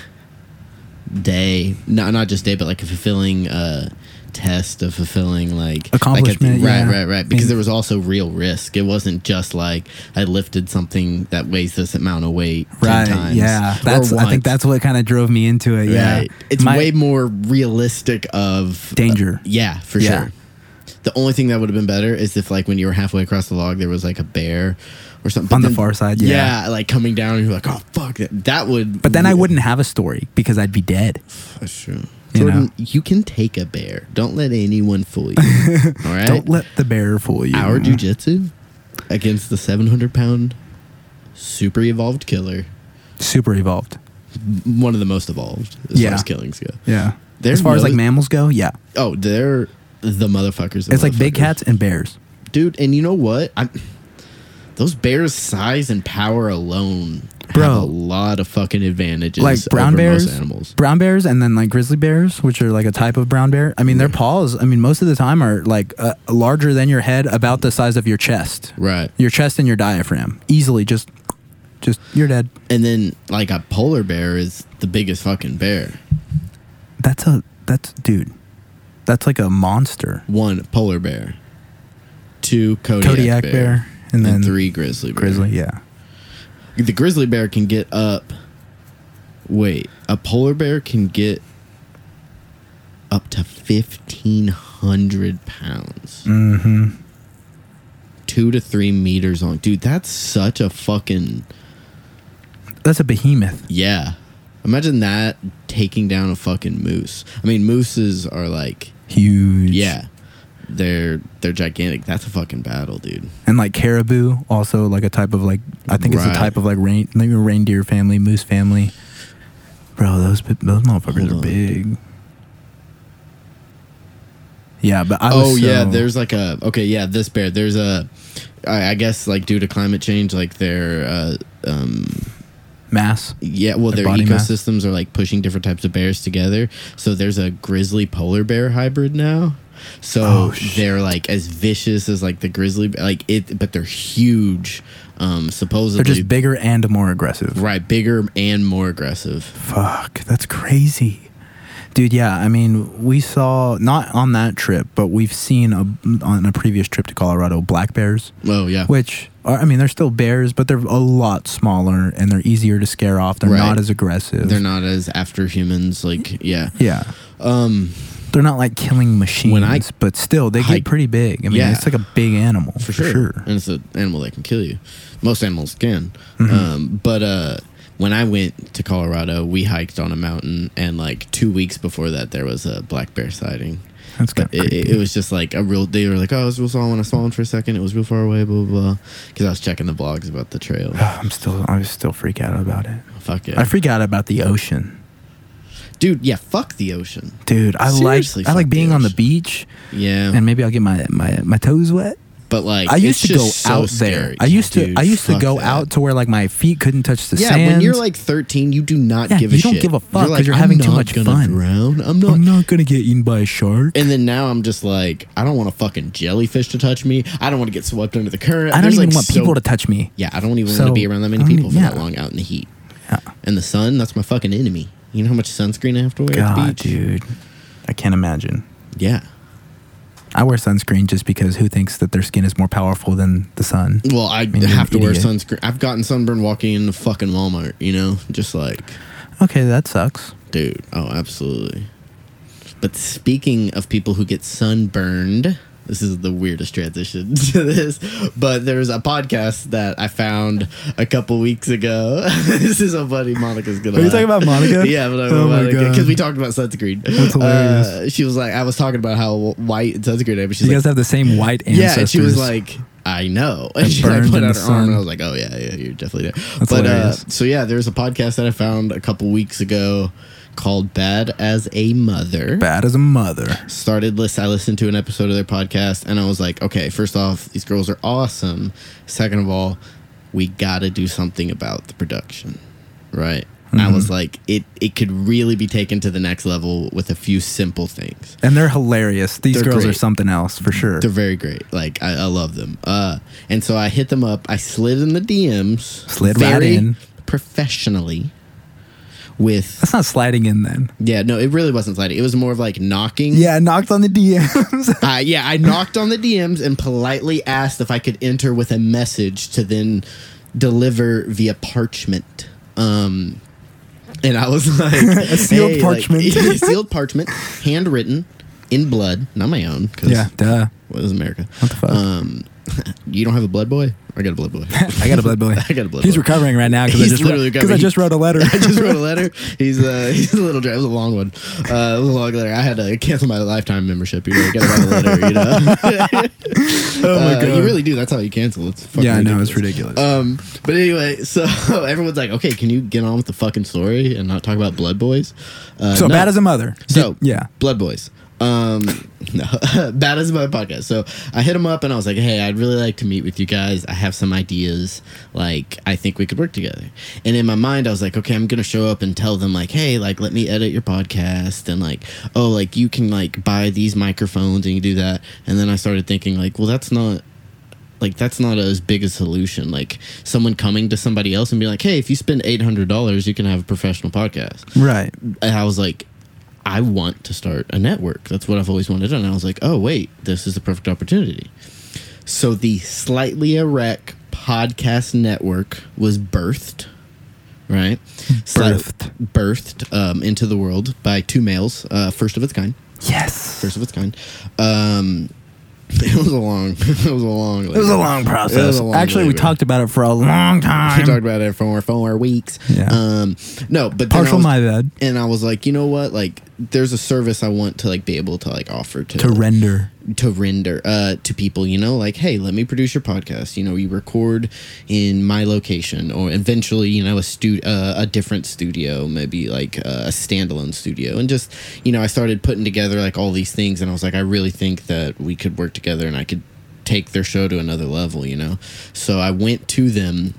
B: day. Not not just day, but like a fulfilling uh test, a fulfilling like like at the-
A: Accomplishment, yeah.
B: right, right, right. Because
A: Yeah.
B: there was also real risk. It wasn't just like I lifted something that weighs this amount of weight. 10 times,
A: Yeah.
B: or
A: That's I
B: once.
A: think that's what kind of drove me into it. Yeah.
B: Right. It's
A: My-
B: way more realistic of uh,
A: Danger.
B: yeah, for
A: Yeah.
B: sure. The only thing that would have been better is if like when you were halfway across the log there was like a bear or something. But
A: On the far side, yeah.
B: like coming down and you're like, oh fuck that, that would
A: But then I wouldn't have a story because I'd be dead.
B: That's true.
A: You
B: Jordan,
A: know?
B: you can take a bear. Don't let anyone fool you. All right.
A: Don't let the bear fool you.
B: our jujitsu against the seven hundred pound super evolved killer.
A: Super evolved.
B: One of the most evolved as
A: Yeah.
B: far as killings go.
A: Yeah.
B: There's
A: as far as
B: no-
A: like mammals go, yeah.
B: Oh, they're the motherfuckers. the
A: It's like big
B: motherfuckers.
A: cats and bears.
B: dude. And you know what? I'm, those bears' size and power alone have
A: Bro.
B: a lot of fucking advantages
A: Like brown
B: over
A: bears,
B: most animals.
A: brown bears, and then like grizzly bears, which are like a type of brown bear. I mean, their paws. I mean, most of the time are like uh, larger than your head, about the size of your chest,
B: Right.
A: your chest and your diaphragm. Easily, just, just you're dead.
B: And then like a polar bear is the biggest fucking bear.
A: That's a that's dude. That's like a monster.
B: One polar bear, two Kodiak,
A: Kodiak
B: bear,
A: bear, and then
B: three grizzly bear.
A: grizzly. Yeah,
B: The grizzly bear can get up. Wait, a polar bear can get up to fifteen hundred pounds. Mm-hmm. Two to three meters long, dude. That's such a fucking
A: that's a behemoth.
B: yeah. Imagine that taking down a fucking moose. I mean, mooses are like
A: Huge.
B: yeah, they're they're gigantic. That's a fucking battle, dude.
A: and like caribou, also like a type of like I think it's
B: Right.
A: a type of like rain, like a reindeer family, moose family. Bro, those bi- those motherfuckers
B: Hold
A: are
B: on.
A: big. Yeah, but I was
B: oh yeah,
A: so-
B: there's like a okay, yeah, this bear. There's a, I, I guess like due to climate change, like their uh, um
A: mass.
B: yeah, well
A: Their
B: their,
A: body mass.
B: ecosystems are like pushing different types of bears together. So there's a grizzly polar bear hybrid now. So
A: Oh, shit.
B: they're like as vicious as like the grizzly, bear- like it, but they're huge. Um, supposedly
A: They're just bigger and more aggressive.
B: right, bigger and more aggressive.
A: Fuck, that's crazy. Dude, yeah, I mean, we saw not on that trip, but we've seen a, on a previous trip to Colorado black bears.
B: Oh yeah,
A: which are, I mean, they're still bears, but they're a lot smaller and they're easier to scare off. They're
B: Right.
A: not as aggressive.
B: they're not as after humans. Like yeah,
A: Yeah,
B: um.
A: they're not like killing machines.
B: When I
A: but still, they
B: hike-
A: get pretty big. I mean,
B: Yeah.
A: it's like a big animal
B: for sure. And it's an animal that can kill you. Most animals can.
A: Mm-hmm.
B: Um, but uh, when I went to Colorado, we hiked on a mountain, and like two weeks before that, there was a black bear sighting.
A: That's kind of
B: It, it, it was just like a real. They were like, "Oh, it was real small." When I saw him for a second, it was real far away. Blah blah. blah. Because I was checking the blogs about the trail.
A: I'm still, I still freak out about it.
B: fuck it,
A: I freak out about the ocean,
B: dude. Yeah, fuck the ocean.
A: dude. I
B: Seriously,
A: like, I
B: fuck
A: like
B: the
A: being on the
B: ocean.
A: beach,
B: Yeah,
A: and maybe I'll get my my my toes wet.
B: but like
A: I used
B: it's
A: to go
B: just so
A: out there.
B: scary.
A: I used to,
B: Dude,
A: I used to
B: fuck
A: go
B: that.
A: out to where like my feet couldn't touch the
B: Yeah,
A: sand.
B: when you're like 13, you do not
A: Yeah,
B: give a
A: you
B: shit.
A: don't give a fuck 'cause
B: like,
A: you're
B: "I'm
A: having too
B: not
A: much
B: gonna
A: fun."
B: Drown. I'm not.
A: I'm not gonna get eaten by a shark.
B: And then now I'm just like, I don't want a fucking jellyfish to touch me. I don't want to get swept under the current.
A: I don't
B: There's,
A: even
B: like,
A: want
B: so-
A: people to touch me.
B: Yeah, I don't even
A: So,
B: want to be around that many
A: I don't
B: people for
A: even-
B: that
A: yeah.
B: long out in the heat.
A: Yeah.
B: And the sun, that's my fucking enemy. You know how much sunscreen I have to wear
A: God,
B: at the beach?
A: dude, I can't imagine.
B: Yeah.
A: I wear sunscreen just because who thinks that their skin is more powerful than the sun?
B: Well, I
A: you're
B: have to
A: an
B: wear
A: idiot.
B: sunscreen. I've gotten sunburned walking in the fucking Walmart, you know? Just like,
A: Okay, that sucks.
B: dude. Oh, absolutely. But speaking of people who get sunburned, this is the weirdest transition to this, but there's a podcast that I found a couple weeks ago. this is so funny. Monica's gonna.
A: Are you
B: laugh.
A: talking about Monica?
B: yeah, but
A: Oh my
B: because
A: God.
B: we talked about sunscreen.
A: That's
B: Uh,
A: hilarious.
B: she was like, I was talking about how white sunscreen. I was. She's
A: you
B: like,
A: guys have the same white ancestors.
B: yeah, and she was like, I know. And she like
A: burned
B: put
A: in
B: out her
A: the
B: arm,
A: sun.
B: and I was like, Oh yeah, yeah, you're definitely there.
A: That's
B: but uh,
A: hilarious.
B: so yeah, there's a podcast that I found a couple weeks ago called "Bad as a Mother."
A: bad as a mother.
B: Started list. I listened to an episode of their podcast, and I was like, Okay, first off, these girls are awesome. Second of all, we gotta do something about the production, right? And I
A: Mm-hmm.
B: was like, it it could really be taken to the next level with a few simple things.
A: And they're hilarious. These
B: They're
A: girls are
B: great.
A: something else for sure.
B: They're very great. Like I, I love them. Uh, and so I hit them up. I slid in the DMs.
A: Slid right in.
B: professionally. With
A: That's not sliding in then.
B: yeah, no, it really wasn't sliding. It was more of like knocking.
A: Yeah, knocked on the DMs.
B: Uh, yeah, I knocked on the DMs and politely asked if I could enter with a message to then deliver via parchment. Um, and I was like, a
A: sealed parchment.
B: sealed parchment, handwritten in blood, not my own. 'cause
A: yeah, duh.
B: well, this is America.
A: What the fuck?
B: Um, you don't have a blood boy? I got a blood boy.
A: I got a blood boy.
B: I got a blood
A: He's
B: boy.
A: recovering right now because I
B: He's
A: just
B: literally
A: because I
B: recovering.
A: just wrote a letter.
B: I just wrote a letter. He's uh, he's a little dry. It was a long one. Uh, it was a long letter. I had to cancel my lifetime membership. You know, I got to write a letter. You know,
A: oh my
B: Uh,
A: god,
B: you really do. That's how you cancel. It's fucking
A: Yeah, I know
B: ridiculous.
A: it's ridiculous.
B: Um, but anyway, so everyone's like, okay, can you get on with the fucking story and not talk about blood boys? Uh,
A: so
B: no.
A: bad as a mother.
B: So
A: yeah,
B: blood boys. Um, no, that is my podcast. So I hit him up and I was like, "Hey, I'd really like to meet with you guys. I have some ideas. Like, I think we could work together." And in my mind, I was like, "Okay, I'm gonna show up and tell them like, hey, like, let me edit your podcast and like, oh, like you can like buy these microphones and you do that." And then I started thinking like, "Well, that's not." Like that's not as big a solution. Like someone coming to somebody else and be like, "Hey, if you spend eight hundred dollars, you can have a professional podcast."
A: Right.
B: and I was like, I want to start a network. That's what I've always wanted to do. And I was like, oh, wait, this is the perfect opportunity. So the Slightly Erect Podcast Network was birthed, right? Slight-
A: Birthed.
B: birthed um, into the world by two males, uh, first of its kind.
A: Yes.
B: First of its kind. Um, it was a long, it was a long,
A: It was a long process.
B: It was a long
A: Actually, we
B: labor.
A: talked about it for a long time.
B: we talked about it for four weeks.
A: Yeah.
B: Um, no, but then I
A: Partial
B: was-
A: my bad
B: and I was like, you know what? Like, there's a service I want to like be able to like offer to
A: to render.
B: to render uh, to people. You know, like, hey, let me produce your podcast. You know, you record in my location, or eventually, you know, a stu- uh, a different studio, maybe like uh, a standalone studio, and just you know, I started putting together like all these things, and I was like, I really think that we could work together, and I could take their show to another level. You know, so I went to them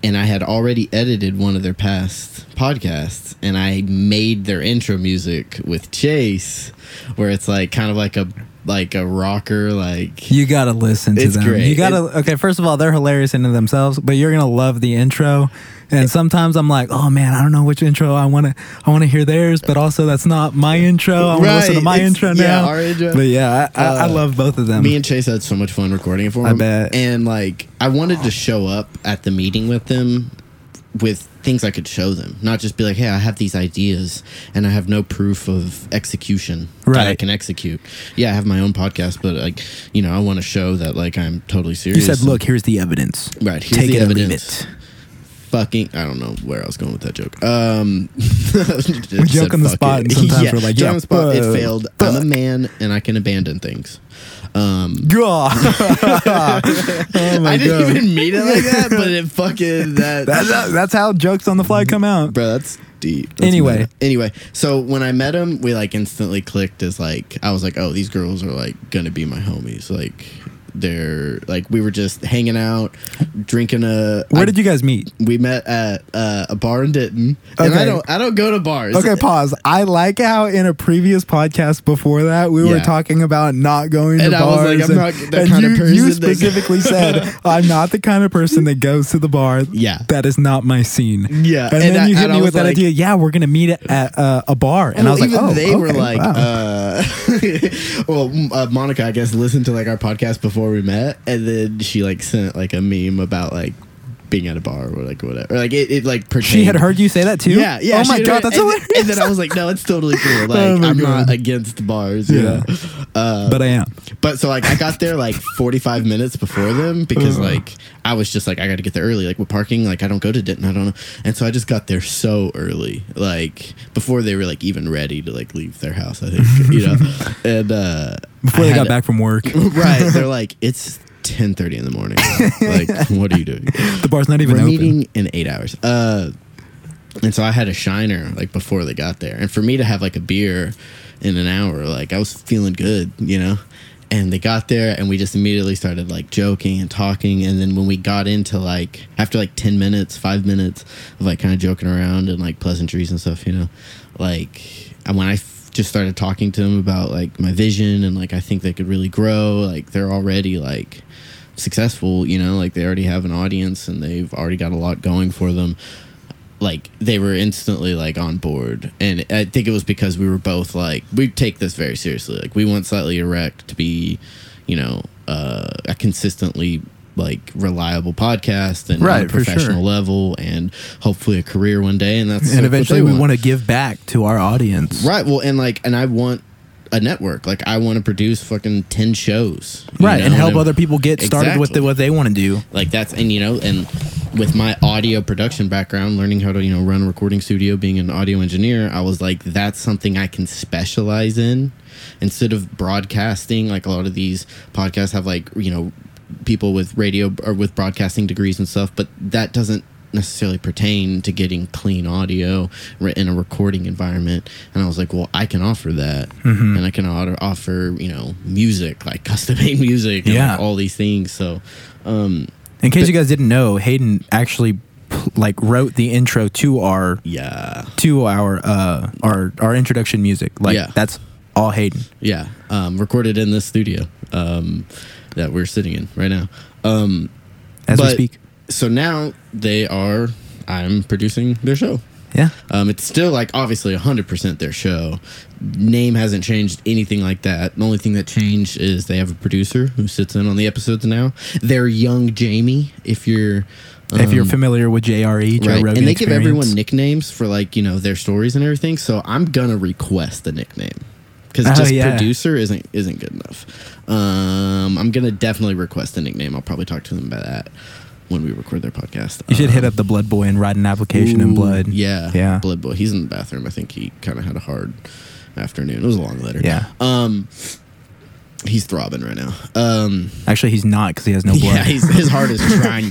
B: and I had already edited one of their past podcasts, and I made their intro music with Chase, where it's like kind of like a like a rocker, like
A: You gotta listen to
B: It's
A: them.
B: great.
A: You gotta okay. First of all, they're hilarious into themselves, but you're gonna love the intro. And sometimes I'm like, oh man, I don't know which intro I want to. I want to hear theirs, but also that's not my intro. I want to listen to
B: Right,
A: my
B: it's-
A: intro
B: yeah,
A: now.
B: our intro.
A: But yeah, I, I, I
B: Uh,
A: love both of them.
B: me and Chase had so much fun recording it for
A: I
B: them.
A: bet.
B: And like, I wanted to show up at the meeting with them with things I could show them, not just be like, "Hey, I have these ideas, and I have no proof of execution that I
A: Right.
B: can execute." Yeah, I have my own podcast, but like, you know, I want to show that like I'm totally
A: you
B: serious.
A: said,
B: and-
A: look, here's the evidence.
B: Right, here's
A: Take
B: the
A: it or leave
B: evidence.
A: it.
B: fucking I don't know where I was going with that joke. Um
A: We joke on the spot and sometimes we're like, yeah,
B: on the spot, it
A: but-
B: failed. I'm a man and I can abandon things. Um
A: Gah. oh my
B: I didn't
A: god.
B: even mean it like that, but it fucking that
A: That's how, that's how jokes on the fly come out.
B: bro, that's deep. That's
A: Anyway.
B: meta. Anyway, so when I met him, we like instantly clicked as like I was like, Oh, these girls are like gonna be my homies. Like they're like we were just hanging out, drinking a
A: Where did you guys meet?
B: we met at uh, a bar in Denton, and
A: Okay.
B: I don't I don't go to bars.
A: Okay, pause. I like how in a previous podcast before that we were
B: Yeah.
A: talking about not going
B: And
A: to
B: I was
A: bars,
B: like, I'm
A: and,
B: not the
A: and
B: kind
A: you,
B: of
A: you
B: person that-
A: specifically said, "I'm not the kind of person that goes to the bar.
B: Yeah.
A: that is not my scene.
B: Yeah,
A: and,
B: and
A: then
B: I-
A: you hit
B: and I
A: me
B: was
A: with that
B: like-
A: idea. Yeah, we're gonna meet at uh, a bar, and I was
B: Well,
A: like,
B: even
A: oh,
B: they were
A: okay,
B: like,
A: wow.
B: uh, well, m- uh, Monica, I guess, listened to like our podcast before we met, and then she like sent like a meme about like being at a bar or like whatever. Like it, it like pertained.
A: she had heard you say that too.
B: Yeah, yeah.
A: Oh
B: she
A: my
B: had
A: god,
B: heard-
A: that's
B: and,
A: hilarious.
B: And then I was like, no, it's totally cool. Like
A: Oh my
B: I'm
A: God.
B: not against bars.
A: Yeah.
B: You know? Uh,
A: but I am.
B: But so like I got there like 45 minutes before them because
A: Uh-huh.
B: like I was just like I got to get there early like with parking like I don't go to Denton I don't know and so I just got there so early like before they were like even ready to like leave their house I think you know and uh
A: Before
B: I
A: they
B: had-
A: got back from work,
B: right they're like it's 10:30 in the morning like what are you doing
A: the bar's not even
B: we're
A: open.
B: meeting in eight hours. Uh, and so I had a shiner like before they got there, and for me to have like a beer in an hour, like I was feeling good, you know. And they got there, and we just immediately started like joking and talking. And then when we got into like after like ten minutes, five minutes of like kind of joking around and like pleasantries and stuff, you know, like and when I f- just started talking to them about like my vision and like I think they could really grow, like they're already like successful you know like they already have an audience and they've already got a lot going for them like they were instantly like on board and i think it was because we were both like we take this very seriously like we want slightly erect to be you know uh, a consistently like reliable podcast and on
A: Right,
B: a
A: for sure.
B: professional level and hopefully a career one day and that's like,
A: and
B: what
A: eventually
B: they
A: we
B: want.
A: want to give back to our audience.
B: Right. Well, and like, and I want a network. Like, I want to produce fucking ten shows. you
A: Right,
B: know,
A: and help
B: I'm-
A: other people get started with the,
B: Exactly.
A: what they want to do.
B: Like that's and you know and with my audio production background, learning how to you know run a recording studio, being an audio engineer, I was like, that's something I can specialize in instead of broadcasting. Like a lot of these podcasts have like you know people with radio or with broadcasting degrees and stuff, but that doesn't necessarily pertain to getting clean audio re- in a recording environment. And I was like, well, I can offer that, and I can auto- offer you know music like custom made music, and
A: Yeah.
B: like, all these things. So um,
A: In case you guys didn't know, Hayden actually p- like wrote the intro to our
B: yeah,
A: to our uh our our introduction music. Like
B: Yeah.
A: that's all Hayden.
B: yeah, um, recorded in this studio um, that we're sitting in right now. Um,
A: as we
B: but-
A: speak.
B: So now they are. I'm producing their show.
A: Yeah.
B: Um, it's still like obviously 100% their show. Name hasn't changed anything like that. The only thing that changed is they have a producer who sits in on the episodes now. They're young Jamie, if you're. Um,
A: if you're familiar with JRE, Joe
B: Right.
A: Rogan
B: And they give
A: Experience,
B: everyone nicknames for like, you know, their stories and everything. So I'm gonna request a nickname. Because
A: Oh,
B: just
A: yeah.
B: producer isn't isn't good enough. Um I'm gonna definitely request a nickname. I'll probably talk to them about that when we record their podcast.
A: you should
B: Um,
A: hit up the Blood Boy and write an application in
B: Ooh,
A: Blood.
B: Yeah.
A: Yeah.
B: Blood Boy. He's in the bathroom. I think he kind of had a hard afternoon. It was a long letter.
A: Yeah.
B: Um, he's throbbing right now. Um,
A: Actually, he's not because he has no blood.
B: yeah, he's, his heart is trying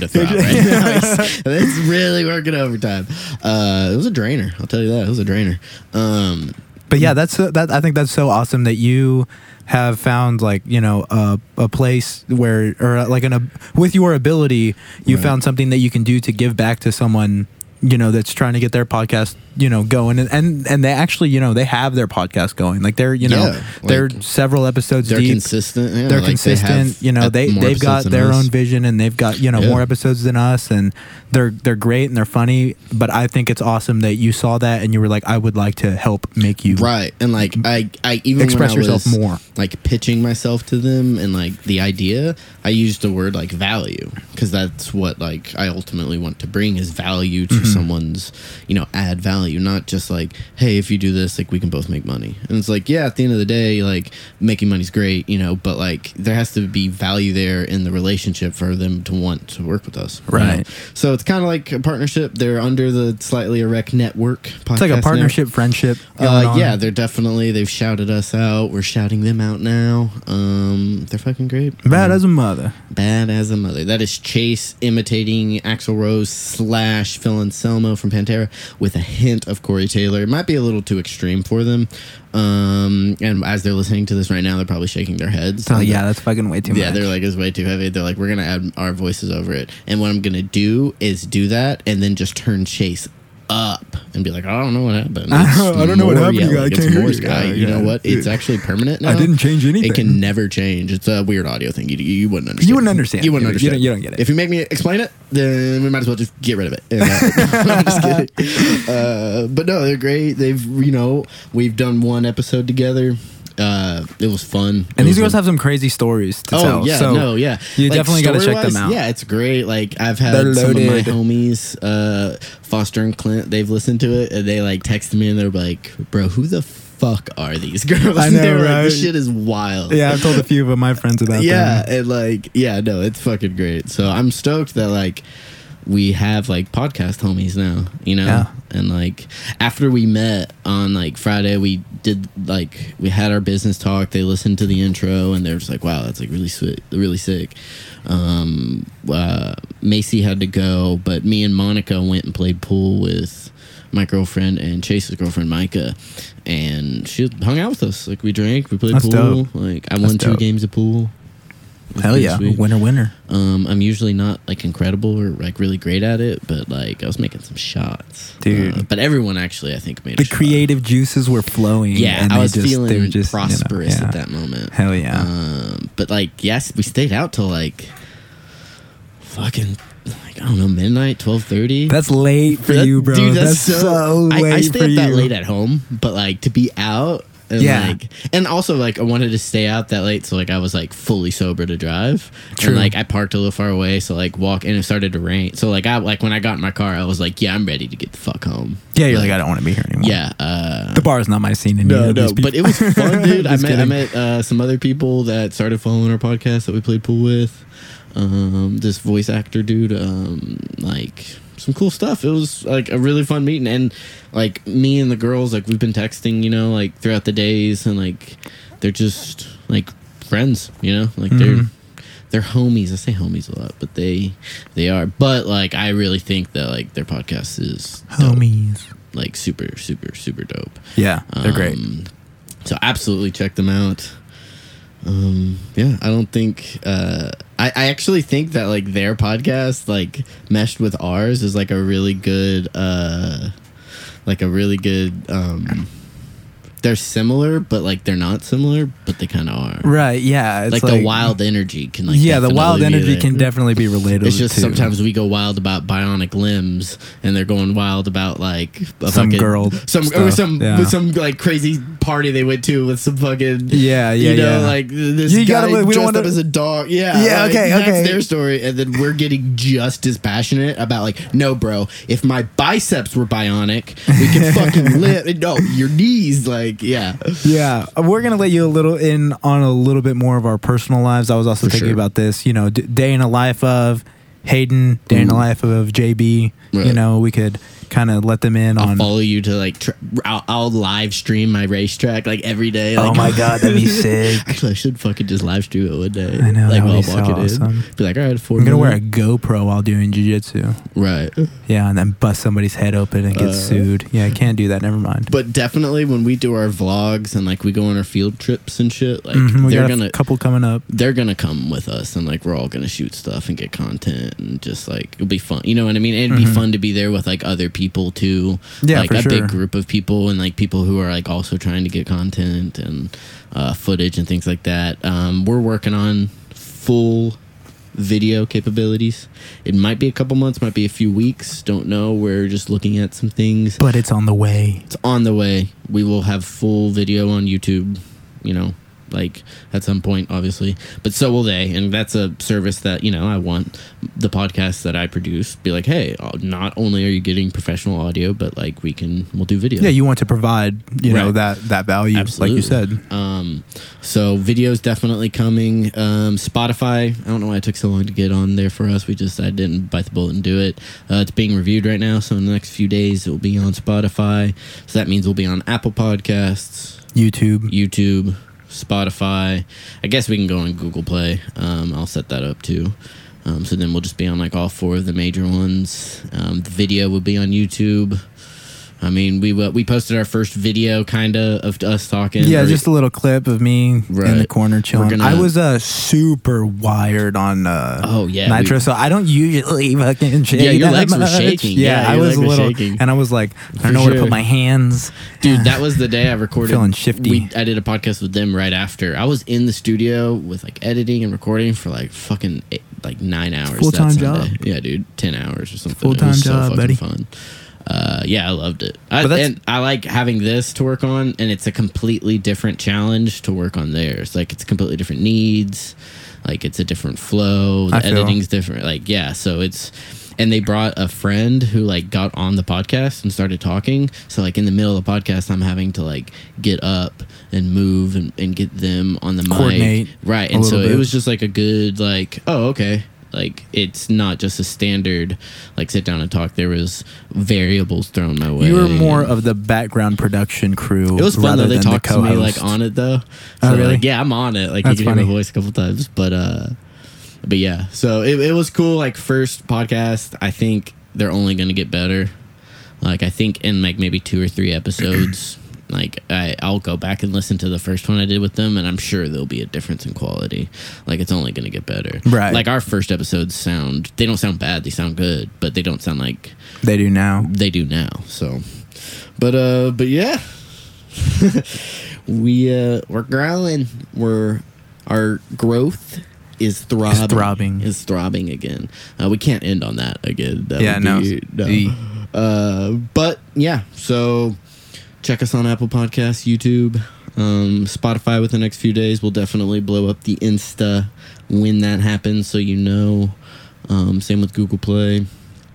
B: to throb right now. It's, it's really working overtime. Uh, it was a drainer. I'll tell you that. It was a drainer. Um,
A: but yeah, that's uh, that. I think that's so awesome that you have found like you know a a place where or uh, like an ab with your ability, you
B: Right.
A: found something that you can do to give back to someone you know that's trying to get their podcast you know going and and, and they actually you know they have their podcast going like they're you know
B: Yeah,
A: they're
B: like,
A: several episodes
B: they're
A: deep
B: consistent. Yeah,
A: they're
B: like, they have
A: consistent. you know,
B: ep-
A: they
B: more
A: they've got
B: episodes than
A: their
B: us.
A: own vision and they've got you know
B: Yeah.
A: more episodes than us, and they're they're great and they're funny. But I think it's awesome that you saw that and you were like, I would like to help make you
B: Right. And like I I
A: Mm-hmm.
B: even
A: Express
B: when I
A: yourself
B: was,
A: more.
B: Like pitching myself to them and like the idea, I used the word like value because that's what like I ultimately want to bring is value
A: Mm-hmm.
B: to someone's, you know, add value, not just like, hey, if you do this, like we can both make money. And it's like, yeah, at the end of the day, like making money's great, you know, but like there has to be value there in the relationship for them to want to work with us. you know?
A: Right.
B: So it's kind of like a partnership. They're under the slightly erect network.
A: It's like a partnership, friendship. going
B: Uh,
A: on.
B: yeah, they're definitely they've shouted us out. We're shouting them out now. Um, they're fucking great.
A: bad
B: Um,
A: as a mother.
B: bad as a mother. That is Chase imitating Axl Rose slash Phil Anselmo from Pantera with a hint of Corey Taylor. It might be a little too extreme for them. Um, and as they're listening to this right now, they're probably shaking their heads.
A: So
B: And
A: Oh, yeah, that's fucking way too
B: yeah,
A: much.
B: they're like, it's way too heavy. They're like, we're gonna add our voices over it. And what I'm gonna do is do that, and then just turn Chase up and be like, I don't know what happened.
A: I
B: It's
A: don't- I don't know what
B: more
A: happened, you guys.
B: yelling.
A: I
B: It's
A: can't hear
B: more
A: you.
B: sky.
A: Yeah,
B: You know
A: yeah.
B: what? It's actually permanent now.
A: I didn't change anything.
B: It can never change. It's a weird audio thing. You, you wouldn't understand.
A: You wouldn't understand.
B: You wouldn't
A: You- you
B: understand.
A: don't- you don't get it.
B: If you make me explain it, then we might as well just get rid of it. And, uh, I'm just kidding. Uh, but no, they're great. They've you know we've done one episode together. Uh, it was fun. It
A: and these
B: was
A: girls
B: a-
A: have some crazy stories to tell.
B: Oh, yeah,
A: so
B: no, yeah.
A: you definitely gotta check them
B: story-wise,
A: out.
B: Yeah, it's great. Like I've had
A: They're
B: some of my
A: loaded.
B: homies, uh, Foster and Clint, they've listened to it and they like texted me and they're like, "Bro, who the fuck are these girls?"
A: I
B: And they
A: know,
B: were like, "This
A: right?
B: shit is wild."
A: yeah. I've told a few of my friends about
B: yeah,
A: them.
B: and like, yeah, no, it's fucking great. So I'm stoked that like we have like podcast homies now, you know?
A: Yeah.
B: And like after we met on like Friday, we did like we had our business talk. They listened to the intro and they're just like, "Wow, that's like really sick, really sick." Um, uh, Macy had to go, but me and Monica went and played pool with my girlfriend and Chase's girlfriend Micah, and she hung out with us. Like we drank, we played
A: That's
B: pool.
A: dope.
B: Like I won
A: That's
B: two
A: dope.
B: games of pool. It was
A: Hell
B: pretty
A: yeah,
B: sweet.
A: winner winner.
B: Um, I'm usually not like incredible or like really great at it, but like I was making some shots,
A: Dude.
B: Uh, but everyone actually, I think, made a
A: The
B: shot.
A: creative juices were flowing.
B: Yeah,
A: and
B: I
A: they
B: was
A: just, they were
B: feeling
A: just, you know,
B: prosperous
A: yeah.
B: at that moment.
A: Hell yeah.
B: Um, but like, yes, we stayed out till like fucking like I don't know midnight, twelve thirty.
A: That's late for
B: That-
A: you, bro.
B: Dude,
A: that's, so,
B: I,
A: late
B: I stay
A: for
B: up
A: you.
B: that late at home, but like to be out. And
A: Yeah.
B: Like, and also, like, I wanted to stay out that late, so like I was like fully sober to drive.
A: True.
B: And like I parked a little far away, so like walk, and it started to rain. So like I like when I got in my car, I was like, yeah, I'm ready to get the fuck home.
A: yeah, you're like, I don't want to be here anymore.
B: Yeah. Uh,
A: the bar is not my scene anymore.
B: no, no, but it was fun, dude. I met
A: Just
B: I
A: kidding.
B: met uh, some other people that started following our podcast that we played pool with. Um, this voice actor dude, um, like some cool stuff. It was like a really fun meeting, and like me and the girls, like we've been texting, you know, like
A: Mm-hmm.
B: throughout the days, and like they're just like friends, you know, like they're they're homies. I say homies a lot, but they they are. But like I really think that like their podcast is dope.
A: Homies.
B: like super super super dope.
A: Yeah, they're great.
B: Um, So absolutely check them out. Um, yeah, I don't think uh, I, I actually think that like their podcast like meshed with ours is like a really good uh, like a really good um, they're similar but like they're not similar but they kind of are.
A: Right. Yeah. It's
B: Like,
A: like,
B: the wild energy can like
A: yeah, the wild
B: definitely be
A: energy can
B: there.
A: definitely be related.
B: It's just
A: to
B: sometimes we go wild about bionic limbs, and they're going wild about like a
A: Some
B: fucking-
A: girl
B: some or
A: stuff,
B: some
A: yeah.
B: some like crazy party they went to with some fucking
A: Yeah, yeah,
B: you know
A: yeah.
B: like this
A: You
B: guy
A: gotta- we don't
B: dressed
A: wanna-
B: up as a dog yeah
A: Yeah,
B: like,
A: okay,
B: that's
A: okay.
B: their story and then we're getting just as passionate about like no bro if my biceps were bionic we could fucking live no your knees like yeah
A: Yeah, we're gonna let you a little in on a little bit more of our personal lives. I was also
B: For
A: thinking
B: sure.
A: about this. You know, d- day in a life of Hayden, day in a
B: Mhm.
A: life of JB. You
B: Right.
A: know, we could kind of let them in
B: I'll
A: on.
B: follow you to like tr I'll, I'll live stream my racetrack like every day like,
A: oh my god, that'd be sick.
B: Actually, I should fucking just live stream it one day.
A: I know,
B: Like
A: that would
B: while
A: be
B: walking
A: so
B: in,
A: awesome.
B: be like, all right, four.
A: I'm gonna wear a GoPro while doing jujitsu.
B: right.
A: Yeah, and then bust somebody's head open and get
B: Uh,
A: sued. Yeah, I can't do that. Never mind.
B: But definitely when we do our vlogs and like we go on our field trips and shit, like
A: Mhm, we
B: they're
A: got a f-
B: gonna
A: couple coming up.
B: they're gonna come with us and like we're all gonna shoot stuff and get content and just like it'll be fun. You know what I mean? It'd be
A: Mhm.
B: fun to be there with like other people too.
A: Yeah,
B: like
A: for
B: a
A: sure.
B: big group of people and like people who are like also trying to get content and uh, footage and things like that. Um, we're working on full video capabilities. It might be a couple months, might be a few weeks. Don't know. We're just looking at some things.
A: But it's on the way.
B: It's on the way. We will have full video on YouTube, you know, like at some point, obviously. But so will they. And that's a service that, you know, I want the podcast that I produce be like, hey, uh, not only are you getting professional audio, but like we can, we'll do video.
A: Yeah, you want to provide you know
B: Right.
A: that that value, like
B: Absolutely.
A: you said.
B: Um, so videos definitely coming. Um, Spotify. I don't know why it took so long to get on there for us. We just I didn't bite the bullet and do it. Uh, it's being reviewed right now, so in the next few days it will be on Spotify. So that means we'll be on Apple Podcasts,
A: YouTube.
B: YouTube, Spotify. I guess we can go on Google Play. Um, I'll set that up too. Um, so then we'll just be on like all four of the major ones. Um, the video will be on YouTube. I mean, we we posted our first video kind of of us talking.
A: Yeah,
B: Or-
A: just a little clip of me in the
B: Right.
A: corner chilling.
B: gonna-
A: I was uh, super wired on uh,
B: Oh, yeah,
A: nitro,
B: we-
A: so I don't usually fucking shake.
B: Yeah, your
A: that
B: legs were
A: much.
B: shaking.
A: Yeah,
B: Yeah,
A: I
B: your
A: was
B: legs
A: a
B: were
A: little,
B: shaking.
A: and I was like, I don't know where to
B: sure.
A: put my hands.
B: Dude, that was the day I recorded.
A: Feeling shifty.
B: We, I did a podcast with them right after. I was in the studio with like editing and recording for like fucking eight, like nine hours. that
A: Full-time
B: Sunday.
A: job.
B: Yeah, dude, ten hours or something. It
A: Full-time
B: was so
A: job,
B: fucking
A: buddy.
B: Fun. Uh, yeah, I loved it. I,
A: But that's-
B: and I like having this to work on, and it's a completely different challenge to work on theirs. Like it's completely different needs. Like it's a different flow. The
A: I feel.
B: editing's different. Like yeah, so it's and they brought a friend who like got on the podcast and started talking. So like in the middle of the podcast, I'm having to like get up and move and, and get them on the
A: Coordinate
B: mic, right?
A: a
B: And so
A: little
B: it
A: bit.
B: was just like a good like oh okay. Like it's not just a standard like sit down and talk. There was variables thrown my way.
A: You were more
B: and-
A: of the background production crew.
B: it was fun
A: rather
B: though. They
A: than the
B: talked to me
A: co-host.
B: like on it though. So
A: Oh, really?
B: like, yeah, I'm on it. Like
A: That's
B: you can hear
A: funny.
B: my voice a couple times, but uh, but yeah. So it, it was cool. Like first podcast, I think they're only gonna get better. Like I think in like maybe two or three episodes, like I I'll go back and listen to the first one I did with them, and I'm sure there'll be a difference in quality. Like it's only gonna get better.
A: Right.
B: Like our first episodes sound. They don't sound bad. They sound good, but they don't sound like
A: They do now.
B: they do now. So, but uh, but yeah, we uh, we're growing. We're our growth is throbbing.
A: throbbing.
B: Is throbbing again. Uh, we can't end on that again. That
A: Yeah,
B: would
A: no.
B: be-
A: E.
B: Uh, but yeah, so check us on Apple Podcasts, YouTube, um, Spotify. With the next few days, we'll definitely blow up the Insta when that happens, so you know. Um, same with Google Play.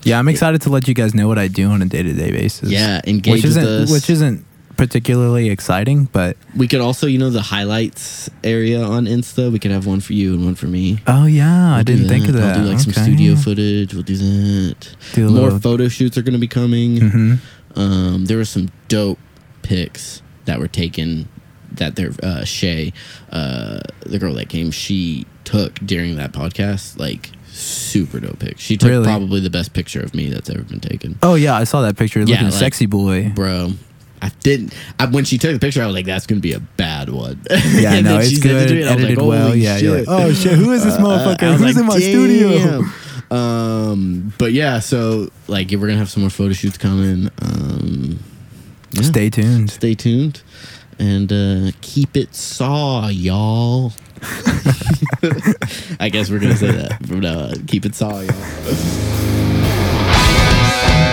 A: Yeah, I'm excited to let you guys know what I do on a day to day basis.
B: Yeah, engage
A: which
B: with
A: isn't
B: us.
A: which isn't particularly exciting, but
B: We could also, you know, the highlights area on Insta. We could have one for you and one for me.
A: oh yeah, I didn't think of that.
B: I'll do like some
A: Okay.
B: studio footage. We'll do that.
A: Do a
B: More
A: little-
B: photo shoots are going to be coming.
A: Mhm.
B: Um, there were some dope pics that were taken that their uh, Shay, uh, the girl that came, she took during that podcast. Like super dope pic. She took
A: Really?
B: probably the best picture of me that's ever been taken,
A: Oh yeah, I saw that picture. Looking
B: like-
A: sexy boy.
B: bro. I didn't. I, when she took the picture, I was like, "That's gonna be a bad one."
A: Yeah,
B: And
A: no,
B: then she
A: it's
B: sent it
A: good.
B: to me, and I was
A: edited
B: like,
A: well.
B: "Holy
A: Yeah, you're like,
B: shit."
A: oh shit, who is this
B: Uh,
A: motherfucker?
B: I was
A: Who's
B: like,
A: in my studio?
B: "Damn." Um, but yeah, so like we're gonna have some more photo shoots coming. Um, yeah.
A: Stay tuned.
B: stay tuned and uh, keep it saw, y'all. uh, I guess we're gonna say that from now on. Keep it saw, y'all.